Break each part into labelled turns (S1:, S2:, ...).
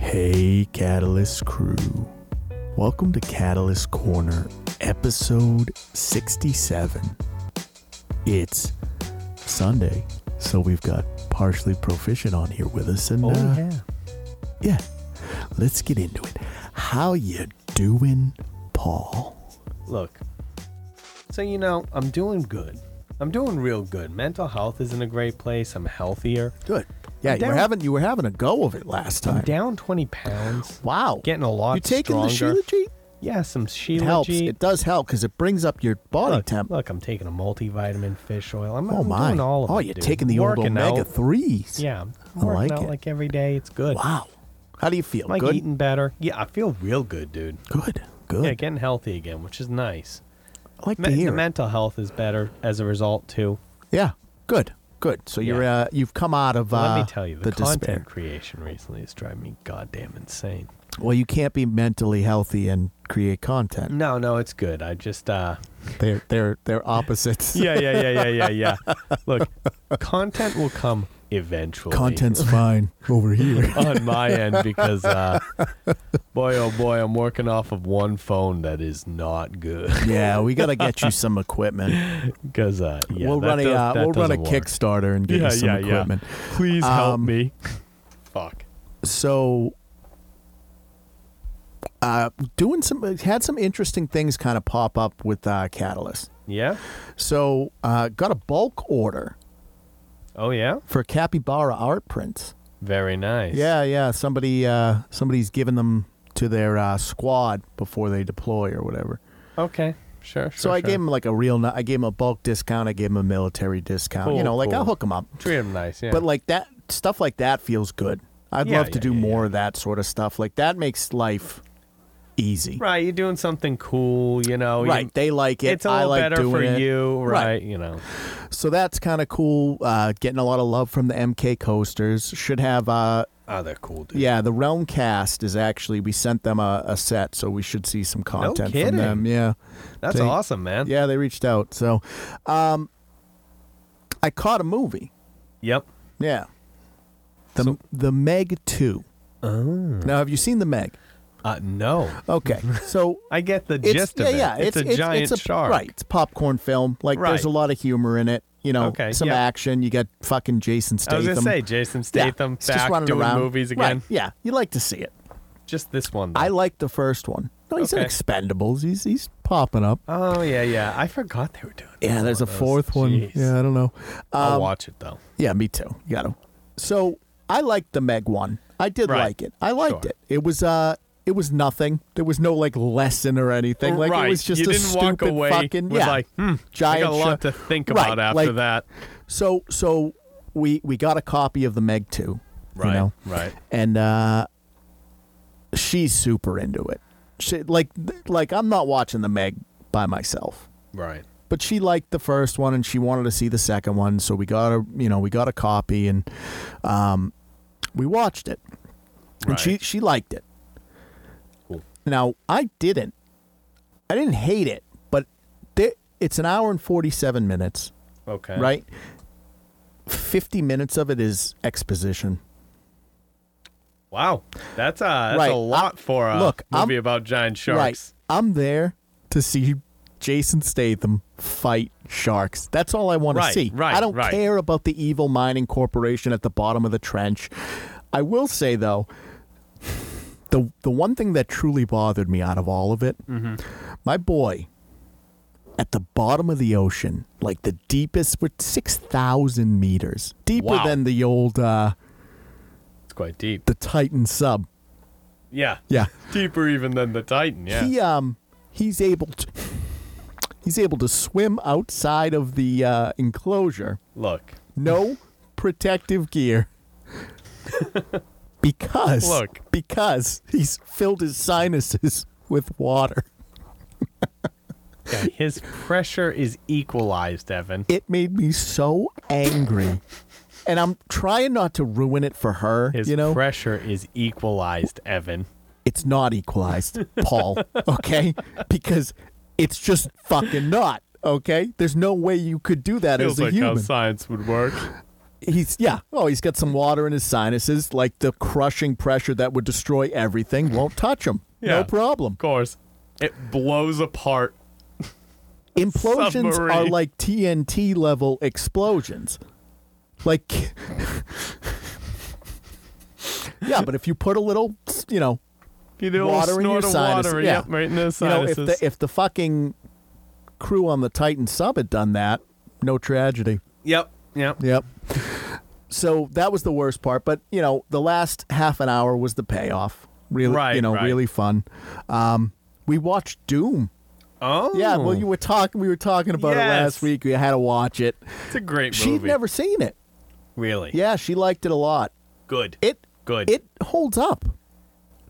S1: Hey, Catalyst crew. Welcome to Catalyst Corner, episode 67. It's Sunday, so we've got Partially Proficient on here with us.
S2: Oh,
S1: And uh, yeah, let's get into it. How you doing, Paul?
S2: Look. So you know, I'm doing good. I'm doing real good. Mental health is in a great place. I'm healthier.
S1: Good. Yeah,
S2: I'm
S1: you were
S2: down.
S1: having you were having a go of it last
S2: I'm
S1: time.
S2: down 20 pounds.
S1: Wow,
S2: Getting a lot
S1: You taking
S2: stronger.
S1: the Shilajit?
S2: Yeah, some Sheila
S1: It helps.
S2: G.
S1: It does help because it brings up your body
S2: look,
S1: temp.
S2: look, I'm taking a multivitamin, fish oil. I'm,
S1: Oh
S2: I'm
S1: my!
S2: doing all of
S1: oh,
S2: it,
S1: you're
S2: dude.
S1: taking the old
S2: Working
S1: omega
S2: out.
S1: threes.
S2: Yeah, I'm
S1: I
S2: working
S1: like
S2: out
S1: it.
S2: like every day. It's good.
S1: Wow. How do you feel?
S2: I'm like
S1: good.
S2: eating better. Yeah, I feel real good, dude.
S1: Good. Good.
S2: Yeah, getting healthy again, which is nice.
S1: I like
S2: Me-
S1: to
S2: the
S1: hear. it.
S2: mental health is better as a result too.
S1: yeah. Good. Good. So you're
S2: Yeah.
S1: uh, you've come out of uh,
S2: Let me tell you, the, content
S1: despair.
S2: creation recently is driving me goddamn insane.
S1: Well, you can't be mentally healthy and create content.
S2: No, no, it's good. I just uh
S1: They're they're they're opposites.
S2: Yeah, yeah, yeah, yeah, yeah, yeah. Look, content will come eventually.
S1: Content's fine over here.
S2: on my end because uh boy oh boy, I'm working off of one phone that is not good.
S1: yeah, we got to get you some equipment.
S2: Because uh yeah,
S1: we'll
S2: that
S1: run a
S2: does-
S1: uh,
S2: that
S1: we'll run a
S2: doesn't work.
S1: Kickstarter and get
S2: Yeah,
S1: you some
S2: yeah, yeah.
S1: equipment.
S2: Please help
S1: Um,
S2: me. Fuck.
S1: so uh, doing some had some interesting things kind of pop up with uh, Catalyst.
S2: Yeah?
S1: So uh, got a bulk order
S2: Oh yeah?
S1: for capybara art prints.
S2: Very nice.
S1: Yeah, yeah. Somebody uh, somebody's giving them to their uh, squad before they deploy or whatever.
S2: Okay. Sure, sure.
S1: So I
S2: sure.
S1: gave him like a real. ni- I gave him a bulk discount. I gave him a military discount. you
S2: Cool,
S1: know, like I'll
S2: cool.
S1: hook him up.
S2: treat him nice, yeah.
S1: But like that stuff like that feels good. I'd
S2: Yeah,
S1: love to
S2: yeah,
S1: do
S2: yeah,
S1: more of that sort of stuff. Like that makes life easy.
S2: Right, you're doing something cool, you know. you-
S1: Right. Oh, They like it.
S2: it's a
S1: I
S2: little
S1: like
S2: better
S1: doing
S2: for
S1: it.
S2: you,
S1: Right.
S2: right, You know.
S1: So that's kind of cool. Uh, getting a lot of love from the MK coasters. Should have. Uh,
S2: Oh, they're cool, dude.
S1: yeah, the Realm Cast is actually we sent them a, a set, so we should see some content from
S2: kidding.
S1: them. Yeah,
S2: That's
S1: They-
S2: awesome, man.
S1: yeah, they reached out. So, um, I caught a movie.
S2: Yep.
S1: Yeah, the
S2: So-
S1: the Meg Two.
S2: Oh.
S1: Now, have you seen the Meg?
S2: Uh, no.
S1: Okay, so
S2: I get the
S1: it's
S2: gist
S1: yeah,
S2: of it.
S1: yeah,
S2: it's, a giant
S1: it's
S2: shark.
S1: Right, it's a popcorn film. Like there's
S2: Right.
S1: a lot of humor in it. You know,
S2: Okay,
S1: some
S2: yeah.
S1: action. You got fucking Jason
S2: I
S1: Statham.
S2: was gonna say Jason
S1: Yeah,
S2: Statham
S1: it's just
S2: back
S1: running
S2: doing
S1: around.
S2: movies
S1: Right,
S2: again.
S1: yeah, you like to see it.
S2: Just this one. Though.
S1: I like the first one. No, he's in
S2: Okay.
S1: Expendables. He's he's popping up.
S2: oh yeah, yeah. I forgot they were doing.
S1: Yeah,
S2: another
S1: there's a
S2: one of those.
S1: fourth one.
S2: Jeez. Oh.
S1: Yeah, I don't know.
S2: I'll
S1: Um,
S2: watch it though.
S1: yeah, me too. You gotta. So I liked the Meg one. I did
S2: Right.
S1: like it. I liked
S2: Sure.
S1: it. It was uh, it was nothing. There was no like lesson or anything. Like
S2: right.
S1: it was just
S2: you
S1: a
S2: didn't
S1: stupid
S2: walk away
S1: fucking
S2: with
S1: yeah.
S2: like hmm, I
S1: giant
S2: got a lot
S1: sho-
S2: to think
S1: Right,
S2: about after
S1: like-
S2: that.
S1: So so we we got a copy of the Meg two,
S2: Right.
S1: you know,
S2: Right.
S1: and uh, she's super into it. She like like I'm not watching the Meg by myself,
S2: Right.
S1: but she liked the first one and she wanted to see the second one, so we got a you know we got a copy and um, we watched it and
S2: Right.
S1: she she liked it.
S2: Cool.
S1: Now I didn't, I didn't hate it, but there, it's an hour and forty seven minutes
S2: Okay.
S1: right? 50 minutes of it is exposition.
S2: Wow, that's a that's
S1: Right,
S2: a lot for a
S1: look, I'm-
S2: movie about giant
S1: Right.
S2: sharks.
S1: I'm there to see Jason Statham fight sharks. That's all I want to
S2: Right,
S1: see.
S2: right,
S1: I don't
S2: right.
S1: care about the evil mining corporation at the bottom of the trench. I will say though, the the one thing that truly bothered me out of all of it,
S2: Mm-hmm.
S1: my boy at the bottom of the ocean, like the deepest with 6,000 meters, deeper
S2: Wow.
S1: than the old uh
S2: It's quite deep.
S1: the Titan sub.
S2: Yeah,
S1: Yeah.
S2: deeper even than the Titan. Yeah.
S1: He um he's able to he's able to swim outside of the uh, enclosure,
S2: Look,
S1: no protective gear. because
S2: Look.
S1: because he's filled his sinuses with water.
S2: yeah, his pressure is equalized, Evan.
S1: It made me so angry. And I'm trying not to ruin it for her,
S2: His
S1: you know.
S2: pressure is equalized, Evan.
S1: it's not equalized, Paul, okay? Because it's just fucking not, okay? There's no way you could do that
S2: Feels
S1: as a
S2: like how
S1: human.
S2: science would work.
S1: he's yeah. Oh, he's got some water in his sinuses. Like the crushing pressure that would destroy everything won't touch him.
S2: Yeah.
S1: No problem.
S2: Of course. It blows apart.
S1: Implosions are
S2: Submarine.
S1: like TNT level explosions. Like Yeah, but if you put a little, you know,
S2: You do a little
S1: Water in your
S2: snort of water,
S1: sinus-
S2: yep,
S1: yeah.
S2: right in the
S1: you know,
S2: sinuses.
S1: if the if the fucking crew on the Titan sub had done that, no tragedy.
S2: yep, yep.
S1: Yep. So that was the worst part, but you know, the last half an hour was the payoff. Really,
S2: Right,
S1: you know,
S2: right.
S1: really fun. Um, we watched Doom.
S2: Oh,
S1: Yeah, well, you were talking. We were talking about it
S2: Yes.
S1: last week. We had to watch it.
S2: It's a great movie.
S1: She'd never seen it.
S2: really.
S1: Yeah, she liked it a lot.
S2: Good.
S1: It
S2: Good.
S1: it holds up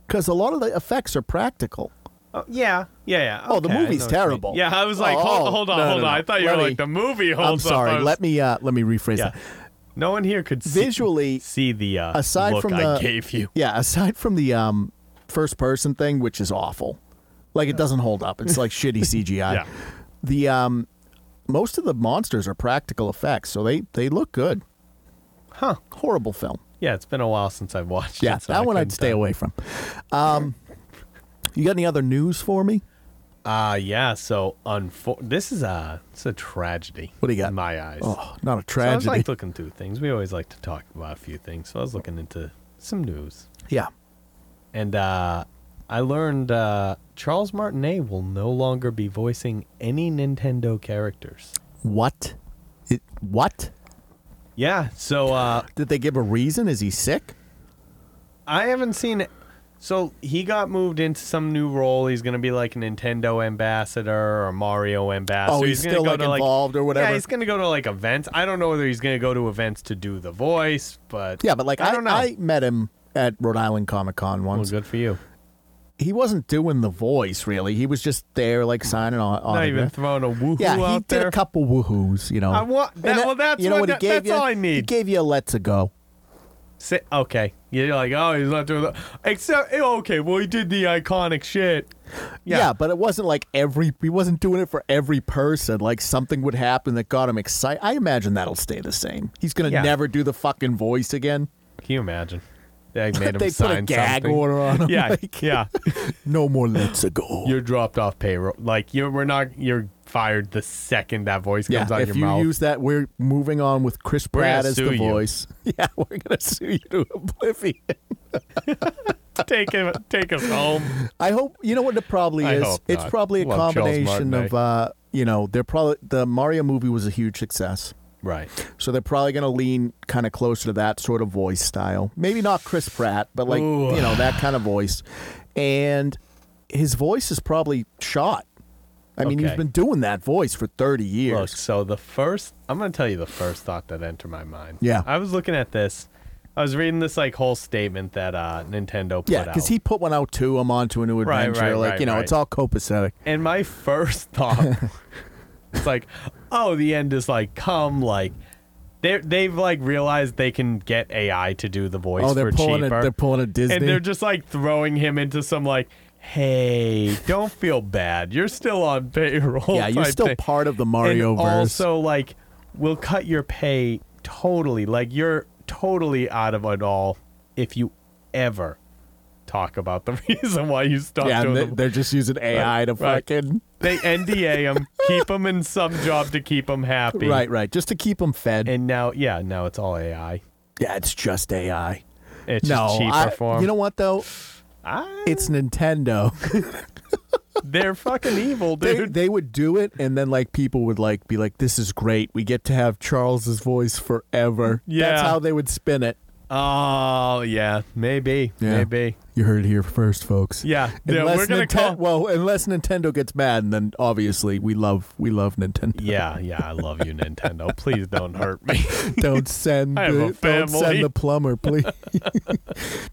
S1: because a lot of the effects are practical.
S2: Oh, yeah. Yeah. Yeah.
S1: Oh, the
S2: okay,
S1: movie's
S2: I know what you mean.
S1: terrible.
S2: Yeah, I was like,
S1: Oh,
S2: hold,
S1: oh,
S2: hold on,
S1: no, no,
S2: hold on.
S1: no.
S2: I thought you
S1: Let
S2: were
S1: me-
S2: like the movie.
S1: I'm
S2: Holds
S1: sorry.
S2: Up. I was-
S1: Let me uh, let me rephrase
S2: Yeah.
S1: that.
S2: No one here could see,
S1: Visually,
S2: see the uh,
S1: aside
S2: look
S1: from
S2: I
S1: the-
S2: gave you.
S1: yeah. Aside from the um, first person thing, which is awful, like it doesn't hold up. It's like shitty CGI.
S2: Yeah.
S1: The um, most of the monsters are practical effects, so they they look good.
S2: Huh.
S1: Horrible film.
S2: Yeah, it's been a while since I've watched
S1: Yeah,
S2: it. so
S1: that one
S2: couldn't
S1: I'd stay
S2: tell.
S1: away from. Um, you got any other news for me?
S2: Uh yeah, so unfor- this is a it's a tragedy.
S1: What do you got?
S2: In my eyes.
S1: Oh, not a
S2: So I
S1: tragedy.
S2: was like looking through things. We always like to talk about a few things. So I was looking into some news.
S1: yeah.
S2: And uh I learned uh Charles Martinet will no longer be voicing any Nintendo characters.
S1: What? It, what?
S2: Yeah, so uh
S1: Did they give a reason? Is he sick?
S2: I haven't seen it. So he got moved into some new role. He's gonna be like a Nintendo ambassador or Mario ambassador.
S1: oh, he's,
S2: gonna
S1: still
S2: go
S1: like
S2: to,
S1: involved or whatever.
S2: Yeah, he's gonna go to like events. I don't know whether he's gonna go to events to do the voice, but
S1: Yeah, but like
S2: I
S1: I,
S2: don't know.
S1: I met him at Rhode Island Comic Con
S2: well,
S1: once.
S2: good for you.
S1: he wasn't doing the voice really. He was just there, like signing on.
S2: Not even
S1: autograph.
S2: throwing a woohoo
S1: yeah, he
S2: out
S1: did
S2: there.
S1: a couple woohoos. You know.
S2: I want
S1: And
S2: that, well. That's
S1: you know
S2: what,
S1: what,
S2: that-
S1: he gave
S2: that's
S1: you?
S2: all I
S1: He
S2: need.
S1: gave you a let's go.
S2: Say- okay, you're like, oh, he's not doing that. Except, eh, okay, well, he did the iconic shit.
S1: Yeah. but it wasn't like every he wasn't doing it for every person. Like something would happen that got him excited. I imagine that'll stay the same. He's gonna
S2: Yeah.
S1: never do the fucking voice again.
S2: Can you imagine? They made him
S1: they put a
S2: sign
S1: gag
S2: something.
S1: order on him.
S2: Yeah,
S1: like,
S2: yeah.
S1: no more let's go.
S2: You're dropped off payroll. Like you're, we're not. You're fired the second that voice
S1: yeah,
S2: comes out
S1: if
S2: your
S1: you
S2: mouth.
S1: use that, we're moving on with Chris
S2: We're gonna
S1: Pratt as
S2: sue
S1: the
S2: you.
S1: voice. Yeah, we're gonna sue you to oblivion.
S2: take him, take us home.
S1: I hope you know what it probably
S2: I
S1: is.
S2: hope
S1: it's
S2: not.
S1: probably a
S2: Love Charles
S1: combination
S2: Martinet.
S1: of uh, you know they're probably the Mario movie was a huge success,
S2: Right.
S1: so they're probably going to lean kind of closer to that sort of voice style. Maybe not Chris Pratt, but like
S2: Ooh.
S1: you know that kind of voice, and his voice is probably shot. I mean,
S2: Okay.
S1: he's been doing that voice for thirty years.
S2: Look, so the first, I'm going to tell you the first thought that entered my mind.
S1: Yeah.
S2: I was looking at this. I was reading this like whole statement that uh, Nintendo put
S1: yeah,
S2: out.
S1: because he put one out too. I'm on to a new
S2: Right,
S1: adventure.
S2: right,
S1: like
S2: right,
S1: you know,
S2: right.
S1: it's all copacetic.
S2: and my first thought, it's like, oh, the end is like come like. They're, they've like realized they can get AI to do the voice
S1: Oh, they're
S2: for
S1: pulling
S2: cheaper,
S1: a they're pulling a Disney.
S2: and they're just like throwing him into some like, hey, don't feel bad, you're still on payroll.
S1: yeah, you're
S2: type
S1: still
S2: thing.
S1: part of the Mario
S2: and
S1: verse.
S2: also like we'll cut your pay totally like you're totally out of it all if you ever talk about the reason why you stopped
S1: yeah,
S2: doing
S1: and they,
S2: the-
S1: they're just using AI to
S2: right.
S1: fucking
S2: they NDA him, keep him in some job to keep him happy.
S1: right, right, just to keep them fed.
S2: And now, yeah, now it's all AI.
S1: yeah, it's just AI.
S2: It's
S1: no,
S2: just cheaper
S1: I-
S2: for him.
S1: you know what though?
S2: I-
S1: It's Nintendo.
S2: they're fucking evil,
S1: they,
S2: dude.
S1: they would do it, and then like people would like be like, "This is great. We get to have Charles's voice forever."
S2: Yeah.
S1: that's how they would spin it.
S2: oh yeah, maybe,
S1: Yeah.
S2: maybe.
S1: You heard it here first, folks.
S2: Yeah, yeah,
S1: Unless
S2: we're gonna
S1: Ninten-
S2: call.
S1: well, unless Nintendo gets mad, and then obviously we love we love Nintendo.
S2: Yeah, yeah, I love you, Nintendo. Please don't hurt me.
S1: Don't send
S2: I have a
S1: the, don't
S2: family.
S1: send the plumber, please.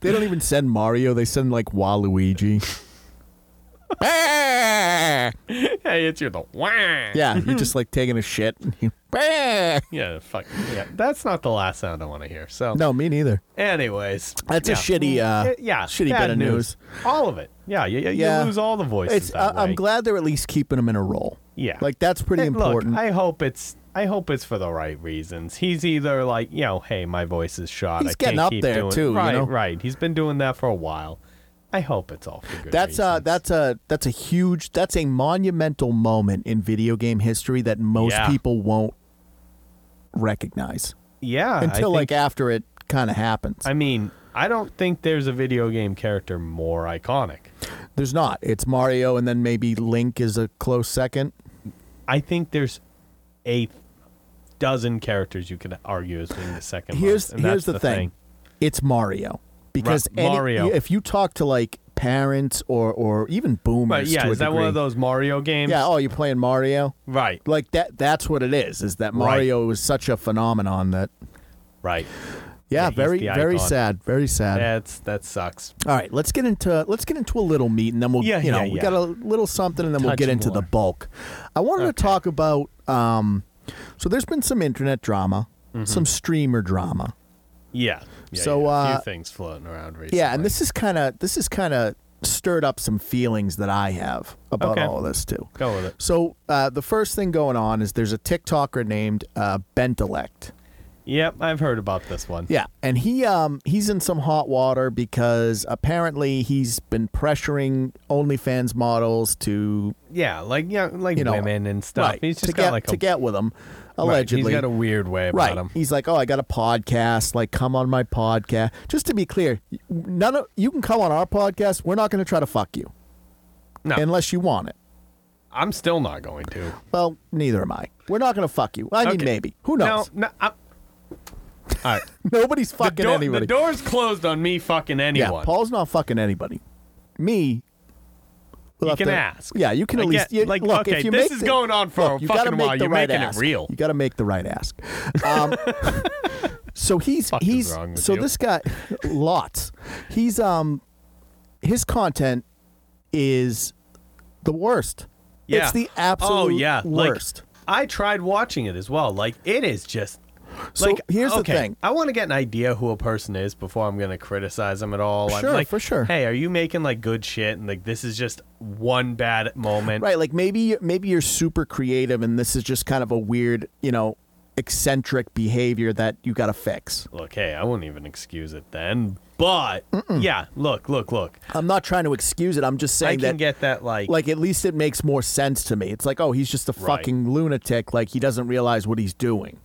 S1: they don't even send Mario. They send like Waluigi. yeah,
S2: hey, it's you the wah.
S1: you're just like taking a shit. and you- no,
S2: Yeah, fuck. Yeah, that's not the last sound I want to hear. So,
S1: me neither.
S2: anyways,
S1: That's a
S2: yeah.
S1: shitty, uh,
S2: Y- yeah,
S1: shitty
S2: bad
S1: bit of news.
S2: All of it. Yeah, you, you- you
S1: Yeah.
S2: lose all the voices.
S1: It's.
S2: that
S1: I, I'm
S2: way.
S1: glad they're at least keeping them in a role.
S2: Yeah,
S1: Like that's pretty
S2: Hey,
S1: important.
S2: Look, I hope it's I hope it's for the right reasons. He's either like, you know, hey, my voice is shot.
S1: He's
S2: I
S1: getting
S2: can't
S1: up
S2: keep
S1: there,
S2: doing-"
S1: too, you
S2: Right,
S1: know?
S2: right. He's been doing that for a while. I hope it's all for good.
S1: That's uh,
S2: reasons.
S1: a that's a that's a huge that's a monumental moment in video game history that most
S2: Yeah.
S1: people won't recognize
S2: yeah.
S1: until
S2: I think,
S1: like after it kind of happens.
S2: I mean, I don't think there's a video game character more iconic.
S1: There's not. It's Mario, and then maybe Link is a close second.
S2: I think there's a dozen characters you could argue as being the second.
S1: Here's
S2: most, and
S1: here's
S2: that's
S1: the, thing. It's Mario because
S2: Right,
S1: any-
S2: Mario.
S1: if you talk to like parents or or even
S2: But
S1: boomers,
S2: yeah,
S1: to a
S2: is that one of
S1: degree,
S2: those Mario games?
S1: Yeah. Oh, you're playing Mario.
S2: Right.
S1: Like that. That's what it is. Is that
S2: Right.
S1: Mario was such a phenomenon that.
S2: Right.
S1: Yeah,
S2: Yeah, he's
S1: very,
S2: the
S1: very
S2: icon.
S1: sad. Very sad.
S2: That's that sucks.
S1: All right, let's get into let's get into a little meat, and then we'll
S2: Yeah,
S1: you know
S2: yeah,
S1: we
S2: yeah.
S1: got a little something, and then we'll
S2: Touch
S1: get into
S2: more.
S1: the bulk. I wanted to talk about um, so there's been some internet drama,
S2: Mm-hmm.
S1: some streamer drama.
S2: Yeah. yeah
S1: So,
S2: yeah. a
S1: uh,
S2: few things floating around recently.
S1: Yeah, and this is kind of this is kind of stirred up some feelings that I have about
S2: Okay.
S1: all of this too.
S2: go with it.
S1: So uh, the first thing going on is there's a TikToker named uh, Bentelect.
S2: Yep, I've heard about this one.
S1: Yeah, and he um he's in some hot water because apparently he's been pressuring OnlyFans models to
S2: Yeah, like yeah, like
S1: You know,
S2: women and stuff. He's
S1: to
S2: just
S1: get
S2: got like
S1: to
S2: a
S1: get with him,
S2: right,
S1: allegedly.
S2: he's got a weird way about
S1: Right.
S2: him.
S1: He's like, oh, I got a podcast. Like, come on my podcast. Just to be clear, none of you can come on our podcast. We're not going to try to fuck you
S2: No,
S1: unless you want it.
S2: I'm still not going to.
S1: Well, neither am I. We're not going to fuck you. I mean,
S2: Okay.
S1: maybe. Who knows?
S2: No, no. I'm, all right.
S1: Nobody's fucking
S2: Door-
S1: anybody.
S2: The door's closed on me fucking
S1: yeah,
S2: anyone.
S1: Paul's not fucking anybody. Me. we'll
S2: You
S1: have
S2: can ask.
S1: Yeah, you can
S2: I
S1: at least
S2: get-
S1: you-
S2: like,
S1: look.
S2: okay,
S1: if you
S2: this
S1: make
S2: is
S1: the-
S2: going on for a
S1: look, you gotta
S2: fucking
S1: make
S2: while.
S1: The
S2: You're
S1: right
S2: making it
S1: ask.
S2: real.
S1: You got to make the right ask. Um, so he's
S2: Fuck is
S1: he's
S2: wrong with
S1: so
S2: you.
S1: this guy lots. He's um his content is the worst.
S2: Yeah.
S1: It's the absolute
S2: oh, yeah. Like,
S1: worst.
S2: I tried watching it as well. Like it is just
S1: So
S2: like
S1: here's the
S2: okay,
S1: thing.
S2: I want to get an idea who a person is before I'm gonna criticize them at all. I'm
S1: Sure,
S2: like,
S1: for sure.
S2: Hey, are you making like good shit? And like this is just one bad moment.
S1: right, like maybe maybe you're super creative and this is just kind of a weird, you know, eccentric behavior that you got to fix.
S2: Look, hey, I won't even excuse it then. But yeah, look, look, look.
S1: I'm not trying to excuse it. I'm just
S2: I
S1: saying
S2: can
S1: that
S2: get that like,
S1: like at least it makes more sense to me. It's like, oh, he's just a
S2: Right.
S1: fucking lunatic. Like he doesn't realize what he's doing.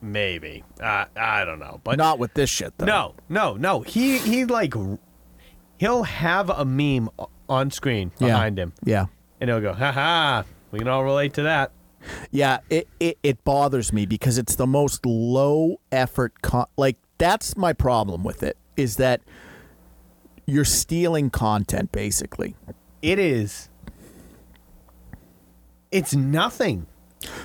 S2: maybe. I I don't know. But
S1: Not with this shit though.
S2: No, no, no. He he like r- he'll have a meme o- on screen
S1: Yeah.
S2: behind him,
S1: Yeah.
S2: and he'll go, "Ha ha, we can all relate to that."
S1: Yeah, it, it, it bothers me because it's the most low effort. Con- like that's my problem with it is that you're stealing content basically.
S2: It is. It's nothing.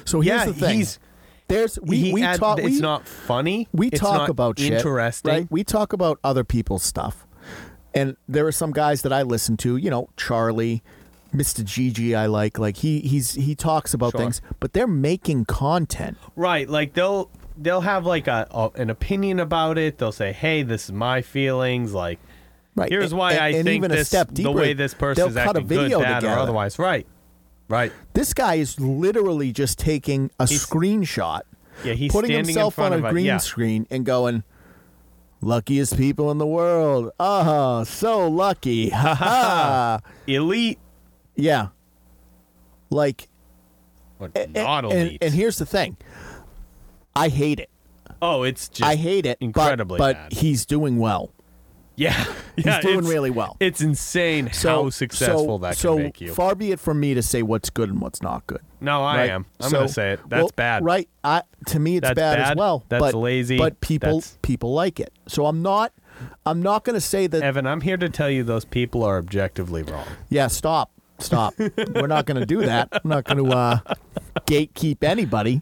S1: So here's
S2: yeah,
S1: the thing.
S2: he's
S1: There's we
S2: he
S1: we
S2: ad-
S1: talk.
S2: It's
S1: we,
S2: not funny.
S1: we
S2: it's
S1: talk
S2: not
S1: about shit,
S2: interesting.
S1: right? We talk about other people's stuff, and there are some guys that I listen to. You know, Charlie, Mister Gigi. I like. Like he he's he talks about
S2: Sure.
S1: things, but they're making content.
S2: Right, like they'll they'll have like a, a an opinion about it. They'll say, "Hey, this is my feelings." Like,
S1: Right.
S2: here's
S1: and-
S2: why
S1: and,
S2: I
S1: and
S2: think
S1: even a
S2: this
S1: step deeper,
S2: the way this
S1: they'll
S2: person is
S1: cut
S2: acting
S1: a video
S2: good, bad,
S1: together.
S2: or otherwise. Right, right.
S1: This guy is literally just taking a screenshot,
S2: Yeah, he's
S1: putting
S2: standing
S1: himself
S2: in front
S1: on
S2: of
S1: a green
S2: yeah.
S1: screen, and going. Luckiest people in the world. Ah, so lucky. Ha ha.
S2: elite
S1: Yeah. Like
S2: or
S1: a-
S2: not
S1: and,
S2: elite.
S1: and here's the thing. I hate it.
S2: oh, it's just
S1: I hate it. but-
S2: incredibly
S1: but,
S2: bad.
S1: he's doing well.
S2: yeah, yeah,
S1: doing
S2: it's-
S1: really well.
S2: It's insane
S1: So
S2: how successful
S1: so,
S2: that can
S1: so
S2: make you.
S1: far be it from me to say what's good and what's not good.
S2: no, I
S1: right?
S2: am. I'm
S1: So-
S2: gonna say it. That's
S1: well,
S2: bad.
S1: Right. I to me it's
S2: That's
S1: bad, as
S2: bad.
S1: well.
S2: That's
S1: but,
S2: lazy.
S1: But people
S2: That's-
S1: people like it. So I'm not I'm not gonna say that
S2: Evan, I'm here to tell you those people are objectively wrong.
S1: yeah, stop. Stop. We're not gonna do that. I'm not gonna uh gatekeep anybody.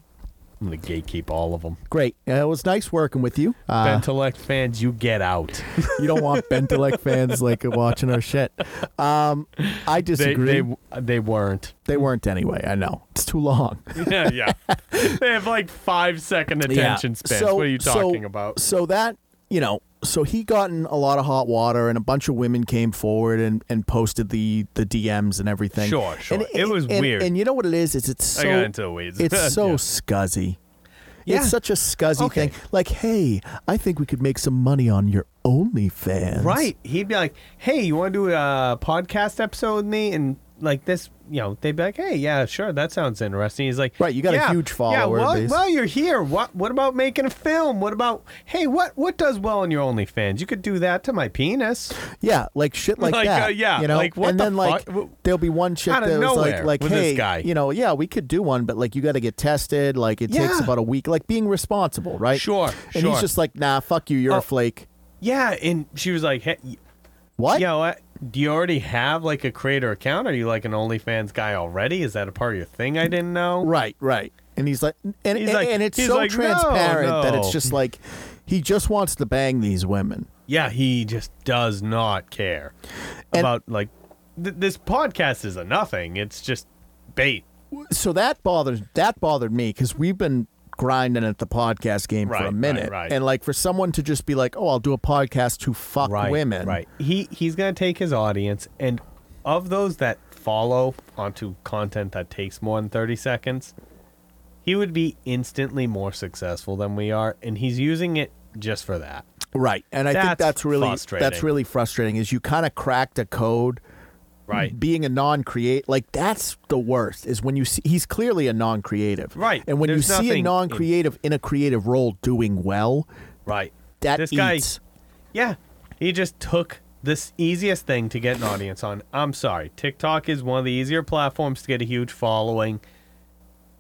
S2: I'm gonna gatekeep all of them.
S1: Great. Uh, it was nice working with you. Uh,
S2: Bentelect fans, you get out.
S1: You don't want Bentelec fans like watching our shit. Um, I
S2: they,
S1: disagree. They,
S2: they they weren't.
S1: weren't anyway. I know it's too long.
S2: yeah, yeah. They have like five second attention spans.
S1: So-
S2: what are you
S1: so-
S2: talking about?
S1: So that you know, so he got in a lot of hot water, and a bunch of women came forward and, and posted the the DMs and everything.
S2: Sure, sure.
S1: And-
S2: It was
S1: and-
S2: weird.
S1: And you know what it is? Is it's so
S2: I got into the weeds.
S1: it's so
S2: Yeah.
S1: scuzzy.
S2: Yeah.
S1: It's such a scuzzy
S2: Okay.
S1: thing. Like, hey, I think we could make some money on your OnlyFans.
S2: Right. He'd be like, hey, you want to do a podcast episode with me? And like this, you know, they'd be like, hey, yeah, sure, that sounds interesting. He's like,
S1: Right, you got a
S2: yeah,
S1: huge follower
S2: Yeah, well,
S1: base.
S2: well, you're here. What What about making a film? What about, hey, what what does well on your OnlyFans? You could do that to my penis.
S1: Yeah, like shit like,
S2: Like,
S1: that.
S2: uh, yeah,
S1: you know.
S2: like, what
S1: and
S2: the
S1: then like
S2: fuck? Wh-
S1: there'll be one chick
S2: Outta
S1: that was like,
S2: nowhere
S1: like,
S2: with
S1: hey,
S2: this guy.
S1: you know, yeah, we could do one, but like you got to get tested. Like it takes
S2: Yeah.
S1: about a week. Like being responsible, right?
S2: Sure,
S1: And he's
S2: sure.
S1: just like, nah, fuck you. You're
S2: Oh.
S1: a flake.
S2: Yeah. And she was like, hey, y-
S1: What?
S2: you know what? Do you already have like a creator account? Are you like an OnlyFans guy already? Is that a part of your thing I didn't know?
S1: Right, right. And he's like, and
S2: He's
S1: and,
S2: like-
S1: and it's
S2: he's
S1: so
S2: like, no,
S1: transparent that it's
S2: no.
S1: just like he just wants to bang these women.
S2: Yeah, he just does not care
S1: And-
S2: about like th- this podcast is a nothing. It's just bait.
S1: So that bothers that bothered me because we've been grinding at the podcast game
S2: Right,
S1: for a
S2: right,
S1: minute,
S2: right.
S1: and like for someone to just be like, "Oh, I'll do a podcast to fuck women,"
S2: Right. He he's gonna take his audience and of those that follow onto content that takes more than thirty seconds, he would be instantly more successful than we are, and he's using it just for that.
S1: Right. And I think
S2: That's
S1: that's really that's
S2: frustrating.
S1: really frustrating is you kind of cracked a code
S2: Right.
S1: being a non-create like that's the worst is when you see he's clearly a non-creative.
S2: Right.
S1: And when
S2: There's
S1: you see
S2: nothing
S1: a
S2: in-
S1: non-creative in a creative role doing well,
S2: Right.
S1: that
S2: this guy
S1: eats.
S2: Yeah. He just took this easiest thing to get an audience on. I'm sorry. TikTok is one of the easier platforms to get a huge following.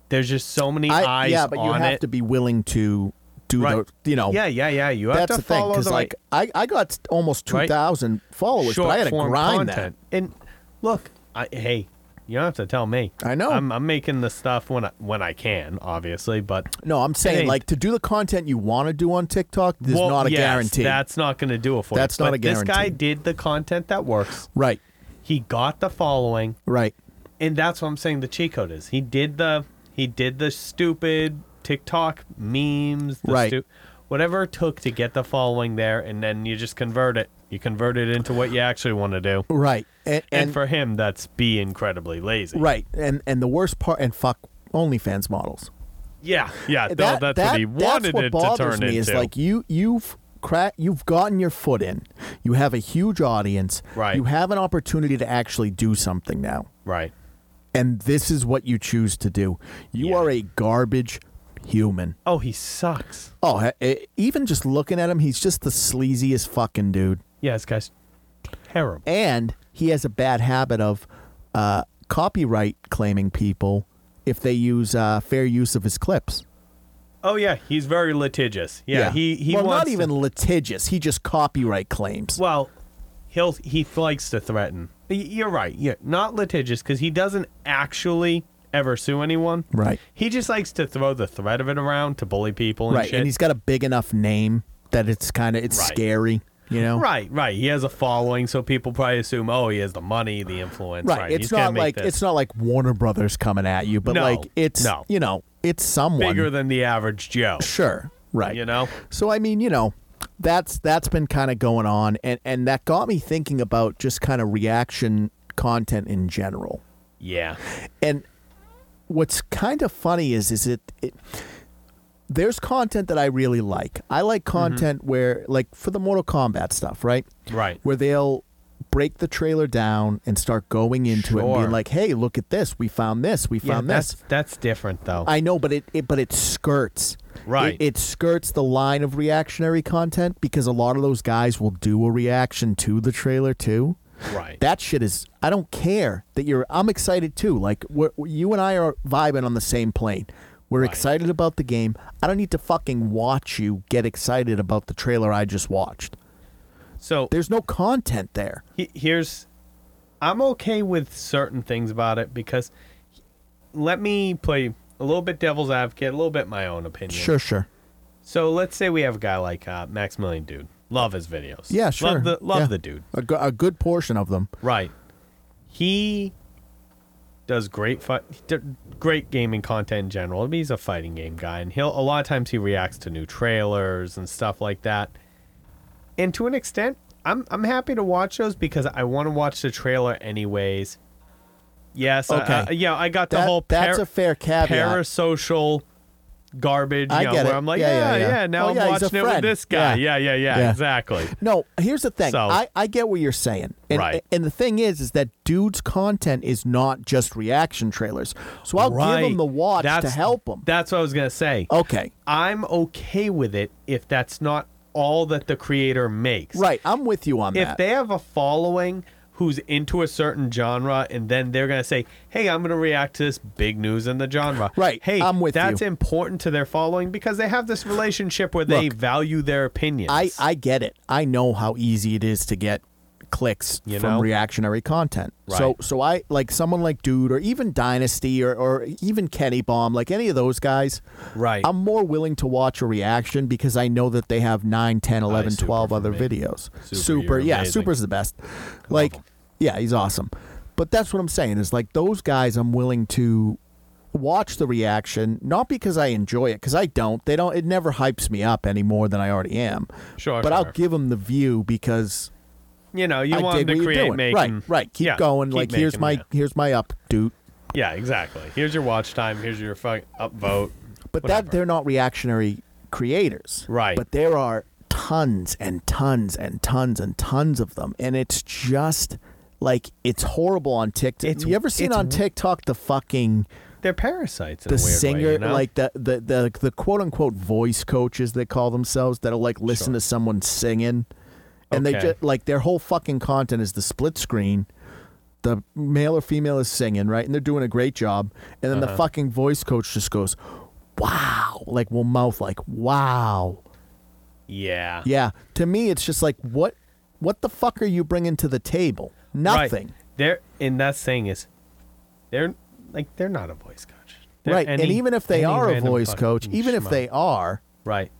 S2: There's just so many
S1: I,
S2: eyes
S1: yeah, but you
S2: on
S1: have
S2: it.
S1: to be willing to do
S2: Right.
S1: the you know
S2: yeah, yeah, yeah. You have
S1: that's
S2: to
S1: the thing
S2: follow the
S1: like I, I got almost
S2: Right.
S1: 2000 followers
S2: short
S1: but I had to
S2: form
S1: grind
S2: content. And look, I, hey, you don't have to tell me.
S1: I know.
S2: I'm, I'm making the stuff when I, when I can, obviously, but
S1: that. No, I'm saying
S2: ain't.
S1: like to do the content you want to do on TikTok there's
S2: Well,
S1: not a
S2: yes,
S1: guarantee.
S2: That's not going to do it for
S1: That's
S2: you.
S1: not
S2: But
S1: a
S2: This guy
S1: guarantee.
S2: did the content that works.
S1: right.
S2: He got the following.
S1: Right.
S2: and that's what I'm saying. The cheat code is he did the he did the stupid TikTok memes, the
S1: Right.
S2: stu- whatever it took to get the following there, and then you just convert it. You convert it into what you actually want to do.
S1: Right. And,
S2: And,
S1: and,
S2: for him, that's be incredibly lazy.
S1: right. And and the worst part and fuck OnlyFans models.
S2: Yeah. Yeah. no,
S1: That-
S2: that's
S1: that-
S2: what he wanted
S1: that's what
S2: it to
S1: bothers
S2: turn
S1: me
S2: into.
S1: Is like you you've cra- you've gotten your foot in. You have a huge audience.
S2: Right.
S1: You have an opportunity to actually do something now.
S2: right.
S1: And this is what you choose to do. You
S2: Yeah.
S1: are a garbage human.
S2: Oh, he sucks.
S1: Oh, he- e- even just looking at him, he's just the sleaziest fucking dude.
S2: Yeah, this guy's terrible.
S1: and he has a bad habit of uh, copyright claiming people if they use uh, fair use of his clips.
S2: Oh yeah, he's very litigious. Yeah, he he
S1: well,
S2: wants
S1: not even litigious. He just copyright claims.
S2: Well, he'll he likes to threaten. Y- You're right. Yeah, not litigious because he doesn't actually ever sue anyone.
S1: Right.
S2: He just likes to throw the threat of it around to bully people and
S1: right,
S2: shit.
S1: and he's got a big enough name that it's kind of it's
S2: Right.
S1: scary, you know.
S2: right, right. He has a following, so people probably assume, oh, he has the money, the influence.
S1: right.
S2: Right.
S1: It's
S2: he's gonna
S1: not
S2: make
S1: like
S2: this
S1: it's not like Warner Brothers coming at you, but
S2: No,
S1: like it's
S2: no.
S1: you know it's someone
S2: bigger than the average Joe.
S1: sure, right?
S2: You know.
S1: So I mean, you know, that's that's been kind of going on, and and that got me thinking about just kind of reaction content in general.
S2: Yeah.
S1: And what's kind of funny is is it, it there's content that I really like. I like
S2: Mm-hmm.
S1: content where like for the Mortal Kombat stuff, right?
S2: Right.
S1: Where they'll break the trailer down and start going into it and
S2: Sure.
S1: being like, "Hey, look at this. We found this. We
S2: Yeah,
S1: found this."
S2: that's that's different though.
S1: I know, but it, it but it skirts.
S2: Right.
S1: It, it skirts the line of reactionary content because a lot of those guys will do a reaction to the trailer too.
S2: right.
S1: That shit is. I don't care that you're. I'm excited too. Like we're, you and I are vibing on the same plane. We're
S2: Right.
S1: excited about the game. I don't need to fucking watch you get excited about the trailer I just watched.
S2: so
S1: There's no content there.
S2: He- here's I'm okay with certain things about it because let me play a little bit devil's advocate, a little bit my own opinion.
S1: Sure, sure.
S2: So let's say we have a guy like uh, Maximilian Dude. Love his videos.
S1: Yeah, sure.
S2: Love the love
S1: Yeah.
S2: the dude.
S1: A, go- a good portion of them.
S2: Right. He does great fight, great gaming content in general. I mean, he's a fighting game guy, and he'll a lot of times he reacts to new trailers and stuff like that. And to an extent, I'm I'm happy to watch those because I want to watch the trailer anyways. Yes. Okay.
S1: Okay.
S2: yeah, I got the
S1: That-
S2: whole
S1: that's
S2: par-
S1: a fair caveat.
S2: parasocial garbage.
S1: I
S2: you know,
S1: get
S2: where
S1: it.
S2: I'm like,
S1: Yeah,
S2: yeah,
S1: yeah,
S2: yeah.
S1: yeah.
S2: now
S1: Oh,
S2: I'm
S1: yeah, he's a
S2: watching it with
S1: friend.
S2: this guy.
S1: Yeah.
S2: Yeah, yeah, yeah.
S1: Yeah.
S2: Exactly.
S1: No, here's the thing.
S2: So-
S1: I, I get what you're saying. And,
S2: Right.
S1: and the thing is, is that dude's content is not just reaction trailers. So I'll give him the watch to
S2: That's-
S1: help Oh. him.
S2: That's what I was gonna say.
S1: okay.
S2: I'm okay with it if that's not all that the creator makes.
S1: Right. I'm with you on
S2: If
S1: that.
S2: they have a following who's into a certain genre and then they're going to say, "Hey, I'm going to react to this big news in the genre."
S1: Right,
S2: Hey,
S1: I'm with
S2: that's
S1: you.
S2: important to their following because they have this relationship where they
S1: Look,
S2: value their opinions.
S1: I, I get it. I know how easy it is to get clicks
S2: You
S1: from
S2: know?
S1: reactionary content. So
S2: Right.
S1: so I like someone like Dude or even Dynasty or, or even Kenny Bomb, like any of those guys.
S2: right.
S1: I'm more willing to watch a reaction because I know that they have 9, 10, 11,
S2: Super
S1: 12
S2: for
S1: other
S2: me.
S1: videos.
S2: Super,
S1: Super,
S2: you're
S1: yeah,
S2: amazing.
S1: Super's the best. Like,
S2: him.
S1: yeah, he's awesome. But that's what I'm saying is like those guys I'm willing to watch the reaction, not because I enjoy it, because I don't. They don't, it never hypes me up any more than I already am.
S2: Sure,
S1: But I'll
S2: sure.
S1: give them the view because
S2: you know, you
S1: I
S2: want
S1: dig
S2: them
S1: what you're
S2: to create
S1: doing.
S2: making.
S1: Right, right. Keep
S2: Yeah,
S1: going.
S2: keep
S1: like, here's
S2: making,
S1: my,
S2: yeah.
S1: here's my up, dude.
S2: Yeah, exactly. Here's your watch time, here's your fuck upvote.
S1: But
S2: whatever.
S1: that they're not reactionary creators.
S2: Right.
S1: But there are tons and tons and tons and tons of them. And it's just like it's horrible on TikTok.
S2: It's-
S1: you ever seen
S2: it's-
S1: on TikTok the fucking
S2: they're parasites in
S1: the
S2: a weird way,
S1: singer
S2: you know?
S1: like the, the the the quote unquote voice coaches they call themselves that'll like listen
S2: Sure.
S1: to someone singing and they
S2: Okay.
S1: just like their whole fucking content is the split screen the male or female is singing right and they're doing a great job and then
S2: Uh-huh.
S1: the fucking voice coach just goes wow like will mouth like wow
S2: yeah.
S1: yeah to me it's just like what what the fuck are you bringing to the table
S2: Right.
S1: nothing
S2: They're and that's saying is they're like they're not a voice coach. They're
S1: right and
S2: any-
S1: even if they
S2: any
S1: are a
S2: random
S1: voice
S2: fucking
S1: coach even if
S2: schmuck.
S1: they are
S2: right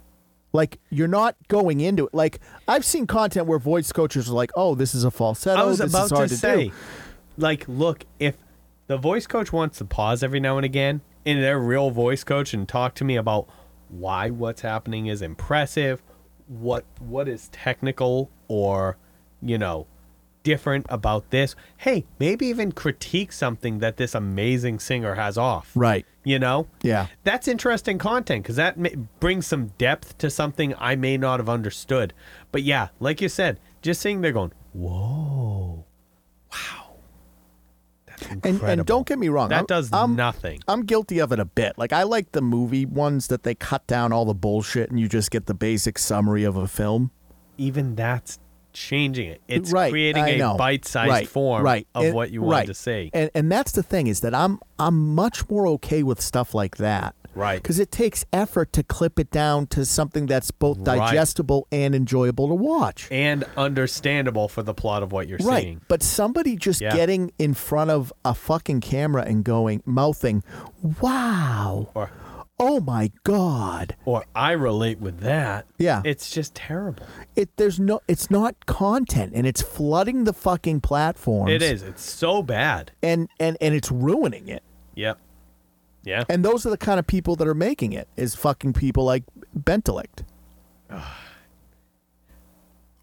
S1: Like you're not going into it. Like I've seen content where voice coaches are like, "Oh, this is a falsetto.
S2: I was
S1: this
S2: about
S1: is hard
S2: to
S1: to,
S2: say,
S1: do."
S2: like, look, if the voice coach wants to pause every now and again in their real voice coach and talk to me about why what's happening is impressive, what what is technical or you know different about this. Hey, maybe even critique something that this amazing singer has off.
S1: Right.
S2: You know.
S1: Yeah.
S2: That's interesting content because that ma- brings some depth to something I may not have understood. But yeah, like you said, just sitting there going, "Whoa, wow, that's
S1: And,
S2: incredible."
S1: and don't get me wrong.
S2: that
S1: I'm,
S2: does
S1: I'm,
S2: nothing.
S1: I'm guilty of it a bit. Like I like the movie ones that they cut down all the bullshit and you just get the basic summary of a film.
S2: Even that's changing it. It's
S1: right,
S2: creating
S1: I
S2: a
S1: know.
S2: bite-sized
S1: right,
S2: form
S1: right,
S2: of
S1: and-
S2: what you
S1: right.
S2: wanted to see.
S1: And and that's the thing is that I'm I'm much more okay with stuff like that.
S2: Right.
S1: Because it takes effort to clip it down to something that's both
S2: Right.
S1: digestible and enjoyable to watch.
S2: and understandable for the plot of what you're
S1: right.
S2: seeing.
S1: But somebody just
S2: Yeah.
S1: getting in front of a fucking camera and going, mouthing, wow,
S2: Or,
S1: oh my God.
S2: or I relate with that.
S1: Yeah.
S2: it's just terrible.
S1: It, there's no, it's not content and it's flooding the fucking platforms.
S2: It is. It's so bad.
S1: And, and, and it's ruining it.
S2: Yep. Yeah.
S1: And those are the kind of people that are making it is fucking people like Bentelict.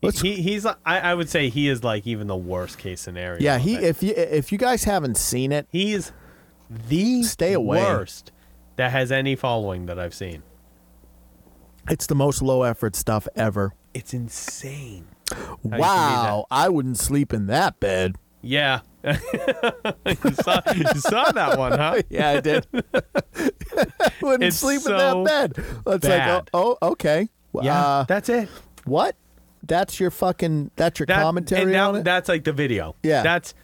S1: Let's-
S2: he, he's I, I would say he is like even the worst case scenario.
S1: Yeah.
S2: of
S1: He,
S2: it.
S1: if you, if you guys haven't seen it,
S2: he is the
S1: Stay away.
S2: worst that has any following that I've seen.
S1: it's the most low effort stuff ever.
S2: It's insane. do you mean
S1: Wow. I wouldn't sleep in that bed.
S2: Yeah. you, saw, you saw that one, huh?
S1: Yeah, I did. Wouldn't
S2: It's
S1: sleep
S2: so
S1: in that bed. It's
S2: bad.
S1: like, oh, oh, okay.
S2: Yeah.
S1: Uh,
S2: that's it.
S1: what? That's your fucking. That's your
S2: That,
S1: commentary
S2: and that,
S1: on it.
S2: That's like the video.
S1: Yeah.
S2: That's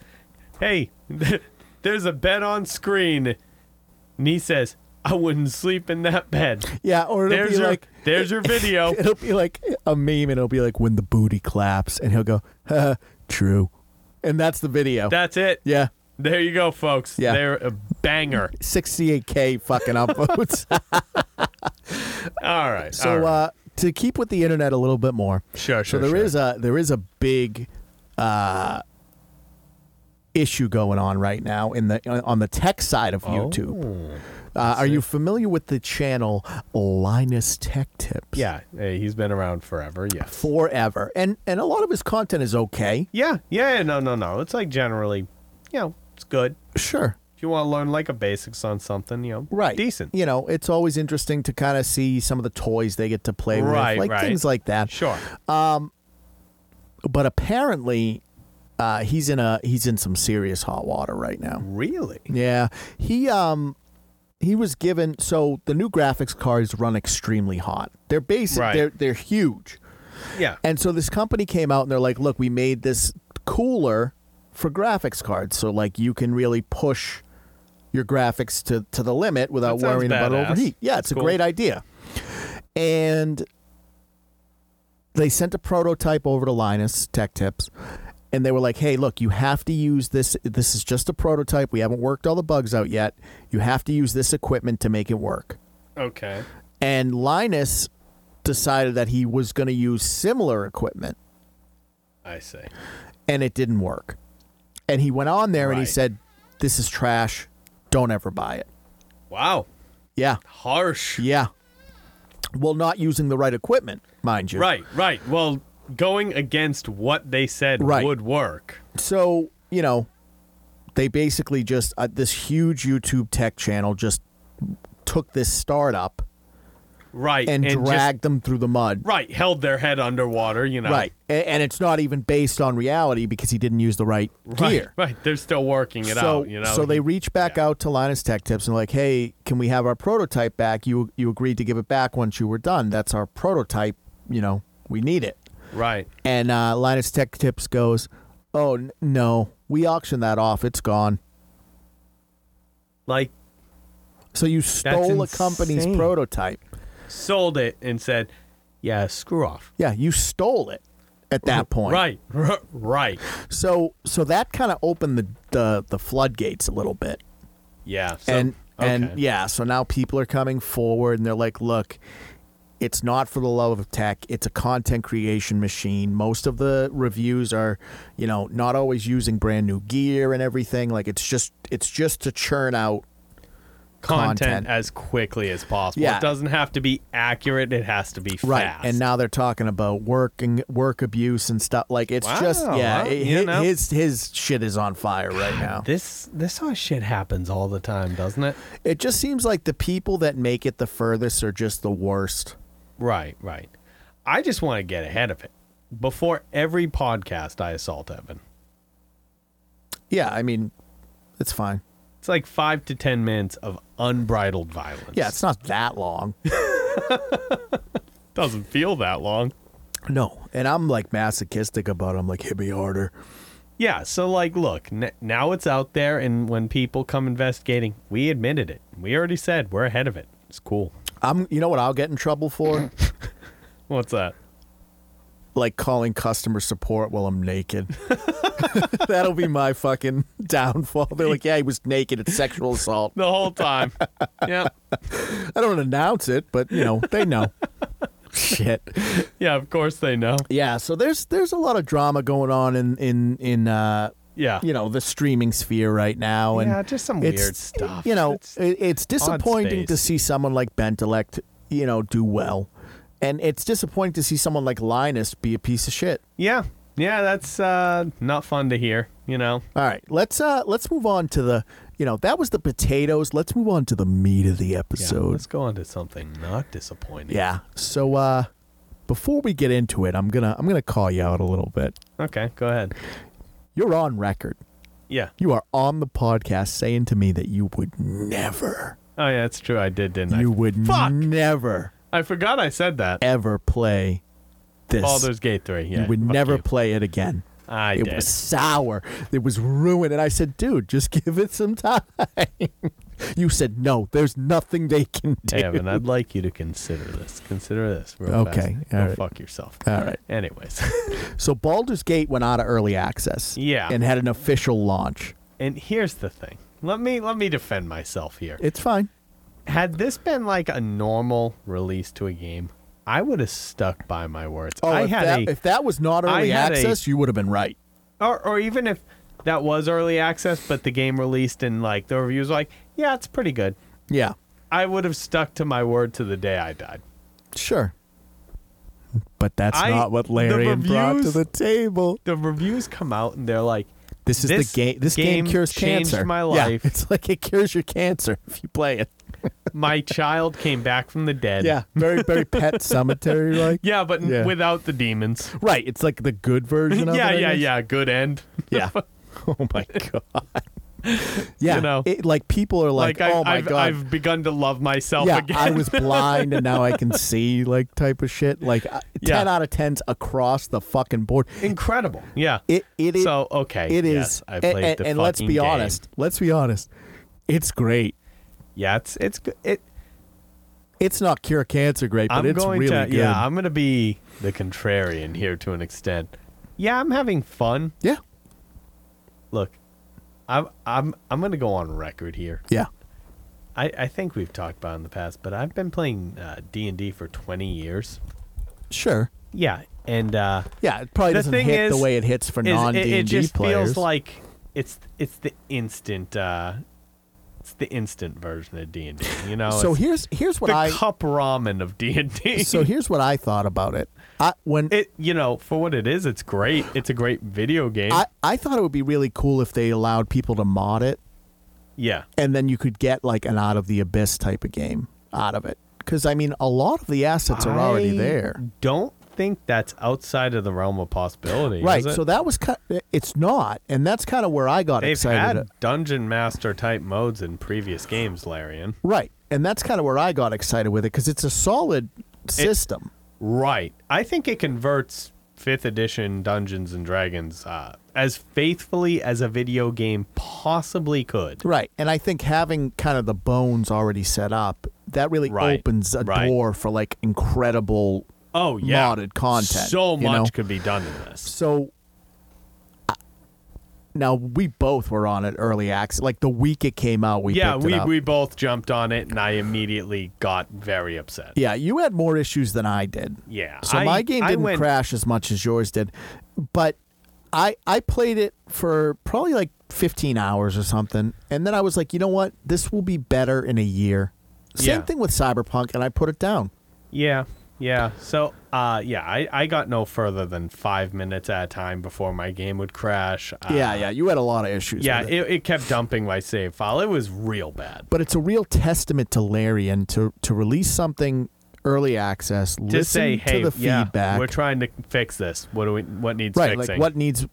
S2: hey, there's a bed on screen. And he says, I wouldn't sleep in that bed.
S1: yeah, or it'll
S2: There's
S1: be
S2: your
S1: like,
S2: there's your video.
S1: it'll be like a meme, and it'll be like when the booty claps, and he'll go, "Haha, true, and that's the video.
S2: That's it.
S1: yeah,
S2: There you go, folks.
S1: Yeah.
S2: They're a banger.
S1: sixty-eight k fucking upvotes.
S2: All right.
S1: so
S2: all right.
S1: uh, to keep with the internet a little bit more,
S2: sure,
S1: So
S2: sure.
S1: there
S2: sure.
S1: is a there is a big uh, issue going on right now in the on the tech side of YouTube.
S2: Oh,
S1: Uh, are you familiar with the channel Linus Tech Tips?
S2: Yeah, hey, he's been around forever. Yeah.
S1: forever, and and a lot of his content is okay.
S2: Yeah. Yeah. No. No. No. It's like generally, you know, it's good.
S1: Sure,
S2: If you want to learn like a basics on something, you know,
S1: right
S2: decent.
S1: you know it's always interesting to kind of see some of the toys they get to play
S2: Right,
S1: with like
S2: right.
S1: things like that
S2: Sure.
S1: but apparently uh, he's in a he's in some serious hot water right now
S2: Really?
S1: yeah he um he was given so the new graphics cards run extremely hot they're basic
S2: Right.
S1: they're they're huge
S2: Yeah.
S1: and so this company came out and they're like look we made this cooler for graphics cards so like you can really push your graphics to to the limit without
S2: That sounds
S1: worrying about
S2: badass.
S1: overheat yeah it's
S2: That's
S1: a
S2: cool.
S1: great idea and they sent a prototype over to Linus Tech Tips, and they were like, "Hey, look, you have to use this. This is just a prototype. We haven't worked all the bugs out yet. You have to use this equipment to make it work."
S2: Okay.
S1: And Linus decided that he was going to use similar equipment,
S2: I see.
S1: and it didn't work. And he went on there and he
S2: Right.
S1: said, "This is trash. Don't ever buy it."
S2: Wow.
S1: Yeah,
S2: Harsh.
S1: yeah. Well, not using the right equipment, mind you.
S2: Right, right. Well, going against what they said
S1: Right.
S2: would work.
S1: so you know they basically just uh, this huge youtube tech channel just took this startup
S2: Right.
S1: and,
S2: just-
S1: dragged them through the mud
S2: right. Held their head underwater, you know.
S1: right A- and, it's not even based on reality because he didn't use the right,
S2: Right.
S1: gear
S2: Right. They're still working it
S1: so,
S2: out, you know.
S1: so they reached back out to Linus Tech Tips and like, hey, can we have our prototype back? You you agreed to give it back once you were done. That's our prototype. You know, we need it.
S2: Right.
S1: And uh, Linus Tech Tips goes, oh n- no, we auctioned that off. It's gone.
S2: Like
S1: So you stole a company's
S2: insane.
S1: prototype.
S2: sold it and said, "Yeah, screw off."
S1: Yeah, you stole it at that point.
S2: Right. R- right.
S1: So so that kind of opened the, the the floodgates a little bit.
S2: Yeah. So,
S1: and
S2: okay.
S1: and yeah, so now people are coming forward and they're like, "Look, it's not for the love of tech. It's a content creation machine. Most of the reviews are, you know, not always using brand new gear and everything. Like it's just it's just to churn out
S2: content,
S1: content.
S2: as quickly as possible.
S1: Yeah.
S2: It doesn't have to be accurate. It has to be
S1: Right,
S2: fast.
S1: and now they're talking about work and work abuse and stuff. Like it's just
S2: Wow,
S1: yeah,
S2: wow,
S1: it-
S2: you
S1: hi-
S2: know.
S1: his his shit is on fire right now.
S2: this this sort of shit happens all the time, doesn't it?
S1: It just seems like the people that make it the furthest are just the worst.
S2: Right, right. I just want to get ahead of it. Before every podcast, I assault Evan.
S1: Yeah, I mean, it's fine.
S2: It's like five to ten minutes of unbridled violence.
S1: Yeah, it's not that long.
S2: doesn't feel that long.
S1: no, and I'm like masochistic about. it. I'm like hit me harder.
S2: Yeah, so like, look, n- now it's out there, and when people come investigating, we admitted it. We already said we're ahead of it. It's cool.
S1: I'm. You know what? I'll get in trouble for
S2: What's that?
S1: like calling customer support while I'm naked. That'll be my fucking downfall. They're like, yeah, he was naked. It's sexual assault.
S2: The whole time. yeah,
S1: I don't announce it, but you know they know. Shit.
S2: yeah. Of course they know.
S1: Yeah. So there's there's a lot of drama going on in in in uh,
S2: Yeah.
S1: you know the streaming sphere right now, and
S2: yeah, just some
S1: it's
S2: weird stuff.
S1: You know,
S2: It's-
S1: it, it's disappointing to
S2: space.
S1: see someone like Bentelect, you know, do well, and it's disappointing to see someone like Linus be a piece of shit.
S2: yeah, yeah. That's uh, not fun to hear. You know.
S1: All right, let's uh let's move on to the you know that was the potatoes. Let's move on to the meat of the
S2: yeah,
S1: episode.
S2: let's go on to something not disappointing.
S1: yeah. So uh, before we get into it, I'm gonna I'm gonna call you out a little bit.
S2: Okay, go ahead.
S1: You're on record.
S2: Yeah.
S1: You are on the podcast saying to me that you would never,
S2: Oh yeah, that's true. I did, didn't
S1: you would
S2: Fuck.
S1: never,
S2: I? I forgot I said that.
S1: ever play this.
S2: Baldur's Gate three. Yeah.
S1: you would
S2: fuck
S1: never
S2: you.
S1: play it again.
S2: I
S1: it
S2: did.
S1: was sour. It was ruined. And I said, dude, just give it some time. you said, no, there's nothing they can do.
S2: Hey, Evan, I'd like you to consider this. Consider this. Real
S1: Okay,
S2: Fast.
S1: all
S2: Go
S1: right.
S2: fuck yourself.
S1: All right.
S2: Anyways,
S1: So Baldur's Gate went out of early access.
S2: Yeah.
S1: And had an official launch.
S2: and here's the thing. Let me let me defend myself here.
S1: It's fine.
S2: Had this been like a normal release to a game, I would have stuck by my words.
S1: Oh,
S2: I
S1: if,
S2: had
S1: that,
S2: a
S1: if that was not
S2: I
S1: early
S2: had a-
S1: access, you would have been right.
S2: or, or even if that was early access, but the game released and like the reviews were like, yeah, it's pretty good.
S1: Yeah.
S2: I would have stuck to my word to the day I died.
S1: Sure. But that's
S2: I-
S1: not what
S2: the
S1: Larry brought to
S2: reviews-
S1: the table.
S2: The reviews come out and they're like,
S1: This is
S2: This
S1: the game. This game,
S2: game
S1: cures
S2: changed
S1: cancer.
S2: my
S1: Yeah,
S2: life.
S1: it's like it cures your cancer if you play it.
S2: My child came back from the dead.
S1: Yeah, very very pet cemetery like.
S2: Yeah, but n
S1: Yeah.
S2: without the demons.
S1: Right, it's like the good version of
S2: yeah,
S1: it. I
S2: yeah,
S1: guess.
S2: yeah. Good end.
S1: yeah. Oh my god. Yeah,
S2: know.
S1: it, like people are like,
S2: Like, I,
S1: oh my
S2: I've,
S1: god.
S2: I've begun to love myself
S1: yeah,
S2: again.
S1: I was blind and now I can see, like type of shit. Like uh,
S2: Yeah.
S1: ten out of tens across the fucking board.
S2: Incredible. Yeah.
S1: It it is
S2: so okay.
S1: it is.
S2: yes, I
S1: and-
S2: played
S1: and,
S2: the
S1: and let's
S2: fucking
S1: be
S2: game.
S1: honest. Let's be honest. It's great.
S2: Yeah, it's it's good. It,
S1: It's not cure cancer great, but
S2: I'm
S1: it's
S2: going
S1: really
S2: to
S1: good.
S2: yeah. I'm gonna be the contrarian here to an extent. Yeah, I'm having fun.
S1: yeah.
S2: Look, I'm I'm I'm gonna go on record here.
S1: Yeah.
S2: I, I think we've talked about it in the past, but I've been playing uh, D and D for 20 years.
S1: Sure.
S2: Yeah, and uh,
S1: Yeah, it probably
S2: The
S1: doesn't
S2: thing
S1: hit the
S2: is-
S1: way it hits for
S2: is-
S1: non
S2: it,
S1: D
S2: it
S1: and D
S2: just
S1: players.
S2: feels like it's it's the instant uh, it's the instant version of D and D. You know,
S1: so
S2: Oh, It's
S1: here's here's what
S2: the
S1: I
S2: cup ramen of D and D.
S1: so here's what I thought about it. I when
S2: it you know for what it is, it's great. It's a great video game.
S1: I, I thought it would be really cool if they allowed people to mod it
S2: yeah,
S1: and then you could get like an out of the abyss type of game out of it. Because I mean, a lot of the assets are already
S2: I
S1: there.
S2: Don't think that's outside of the realm of possibility.
S1: Right.
S2: is it?
S1: So that was kind it's not. And that's kind of where I got
S2: They've
S1: excited.
S2: had
S1: at-
S2: dungeon master type modes in previous games, Larian.
S1: Right. And that's kind of where I got excited with it because it's a solid system.
S2: Right. I think it converts fifth edition Dungeons and Dragons uh, as faithfully as a video game possibly could.
S1: right. And I think having kind of the bones already set up, that really
S2: Right,
S1: opens a
S2: right.
S1: door for like incredible
S2: Oh yeah,
S1: modded content.
S2: So
S1: you
S2: much
S1: know?
S2: could be done in this.
S1: So I- now we both were on it early access. Like the week it came out, we
S2: yeah,
S1: picked
S2: we
S1: it up.
S2: we both jumped on it, and I immediately got very upset.
S1: yeah. You had more issues than I did.
S2: Yeah,
S1: So
S2: I-
S1: my game
S2: I
S1: didn't
S2: went-
S1: crash as much as yours did, but I I played it for probably like 15 hours or something, and then I was like, you know what, this will be better in a year. Same
S2: Yeah.
S1: thing with Cyberpunk, and I put it down.
S2: Yeah, yeah. So, uh, yeah, I, I got no further than five minutes at a time before my game would crash. Uh,
S1: yeah, yeah. You had a lot of issues.
S2: Yeah,
S1: with
S2: it,
S1: it.
S2: it kept dumping my save file. It was real bad.
S1: but it's a real testament to Larian to to release something early access,
S2: To
S1: listen
S2: say, hey,
S1: to the
S2: yeah,
S1: feedback,
S2: we're trying to fix this. What do we? What needs
S1: right?
S2: fixing?
S1: Like what needs,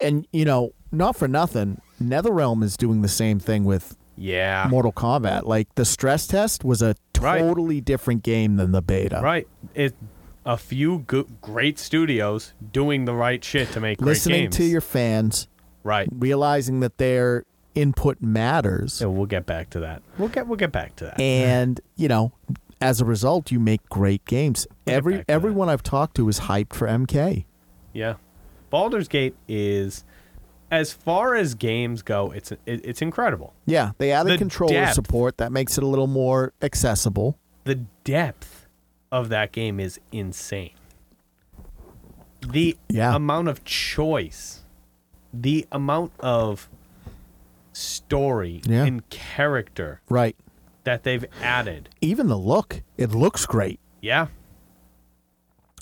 S1: and you know, not for nothing, NetherRealm is doing the same thing with
S2: Yeah.
S1: Mortal Kombat. Like the stress test was a
S2: Ah. Right.
S1: totally different game than the beta.
S2: Right. It. A few go- great studios doing the right shit to make
S1: Listening
S2: great games.
S1: to your fans,
S2: right.
S1: realizing that their input matters,
S2: So we'll get back to that. We'll get we'll get back to that.
S1: and you know, as a result, you make great games.
S2: We'll get back
S1: Every
S2: to that.
S1: everyone I've talked to is hyped for MK.
S2: Yeah, Baldur's Gate is, as far as games go, it's it, it's incredible.
S1: Yeah, they added
S2: The
S1: controller
S2: depth.
S1: support that makes it a little more accessible.
S2: The depth of that game is insane. The
S1: Yeah.
S2: amount of choice, the amount of story
S1: Yeah.
S2: and character
S1: Right.
S2: that they've added.
S1: Even the look, it looks great.
S2: Yeah,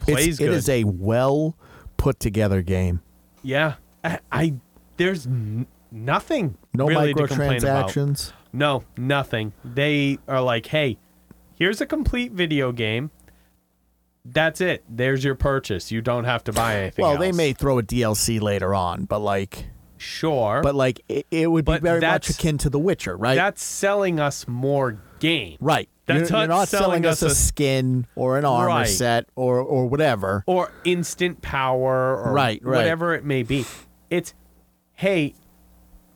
S1: It's-
S2: Plays
S1: It
S2: good.
S1: is a well put together game.
S2: yeah. I, I there's n- nothing
S1: No
S2: really to complain about.
S1: microtransactions.
S2: No, nothing. They are like, hey, here's a complete video game. That's it. There's your purchase. You don't have to buy anything.
S1: Well, they
S2: else."
S1: may throw a DLC later on, but like,
S2: sure,
S1: but like it, it would be
S2: But
S1: very much
S2: that's-
S1: akin to The Witcher, right?
S2: that's selling us more game,
S1: right.
S2: that's
S1: you're, you're not selling, us a skin or an armor
S2: Right.
S1: set or or whatever.
S2: or instant power, or
S1: Right, right.
S2: whatever it may be. It's, hey,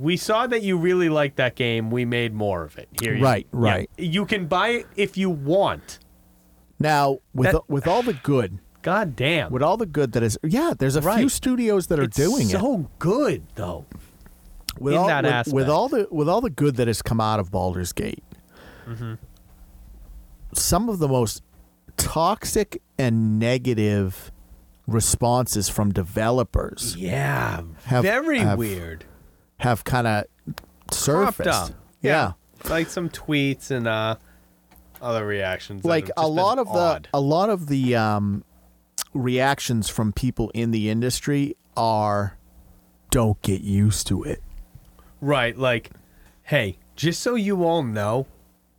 S2: we saw that you really liked that game. We made more of it. Here, you-
S1: Right,
S2: yeah.
S1: right.
S2: You can buy it if you want.
S1: Now, with
S2: That-
S1: with all the good,
S2: God damn,
S1: with all the good that is, yeah, there's a few
S2: Right.
S1: studios that are
S2: it's
S1: doing it.
S2: so good though.
S1: with
S2: in
S1: all, with,
S2: that
S1: with
S2: aspect. Mm-hmm.
S1: all the with all the good that has come out of Baldur's Gate, some of the most toxic and negative responses from developers
S2: Yeah,
S1: Have-
S2: very
S1: have
S2: weird.
S1: have kind of
S2: Popped
S1: surfaced.
S2: up.
S1: Yeah.
S2: like some tweets and uh, other reactions. that
S1: Like
S2: have
S1: a
S2: just been
S1: lot of
S2: odd.
S1: the a lot of the um, reactions from people in the industry are don't get used to it.
S2: Right, like, hey, just so you all know,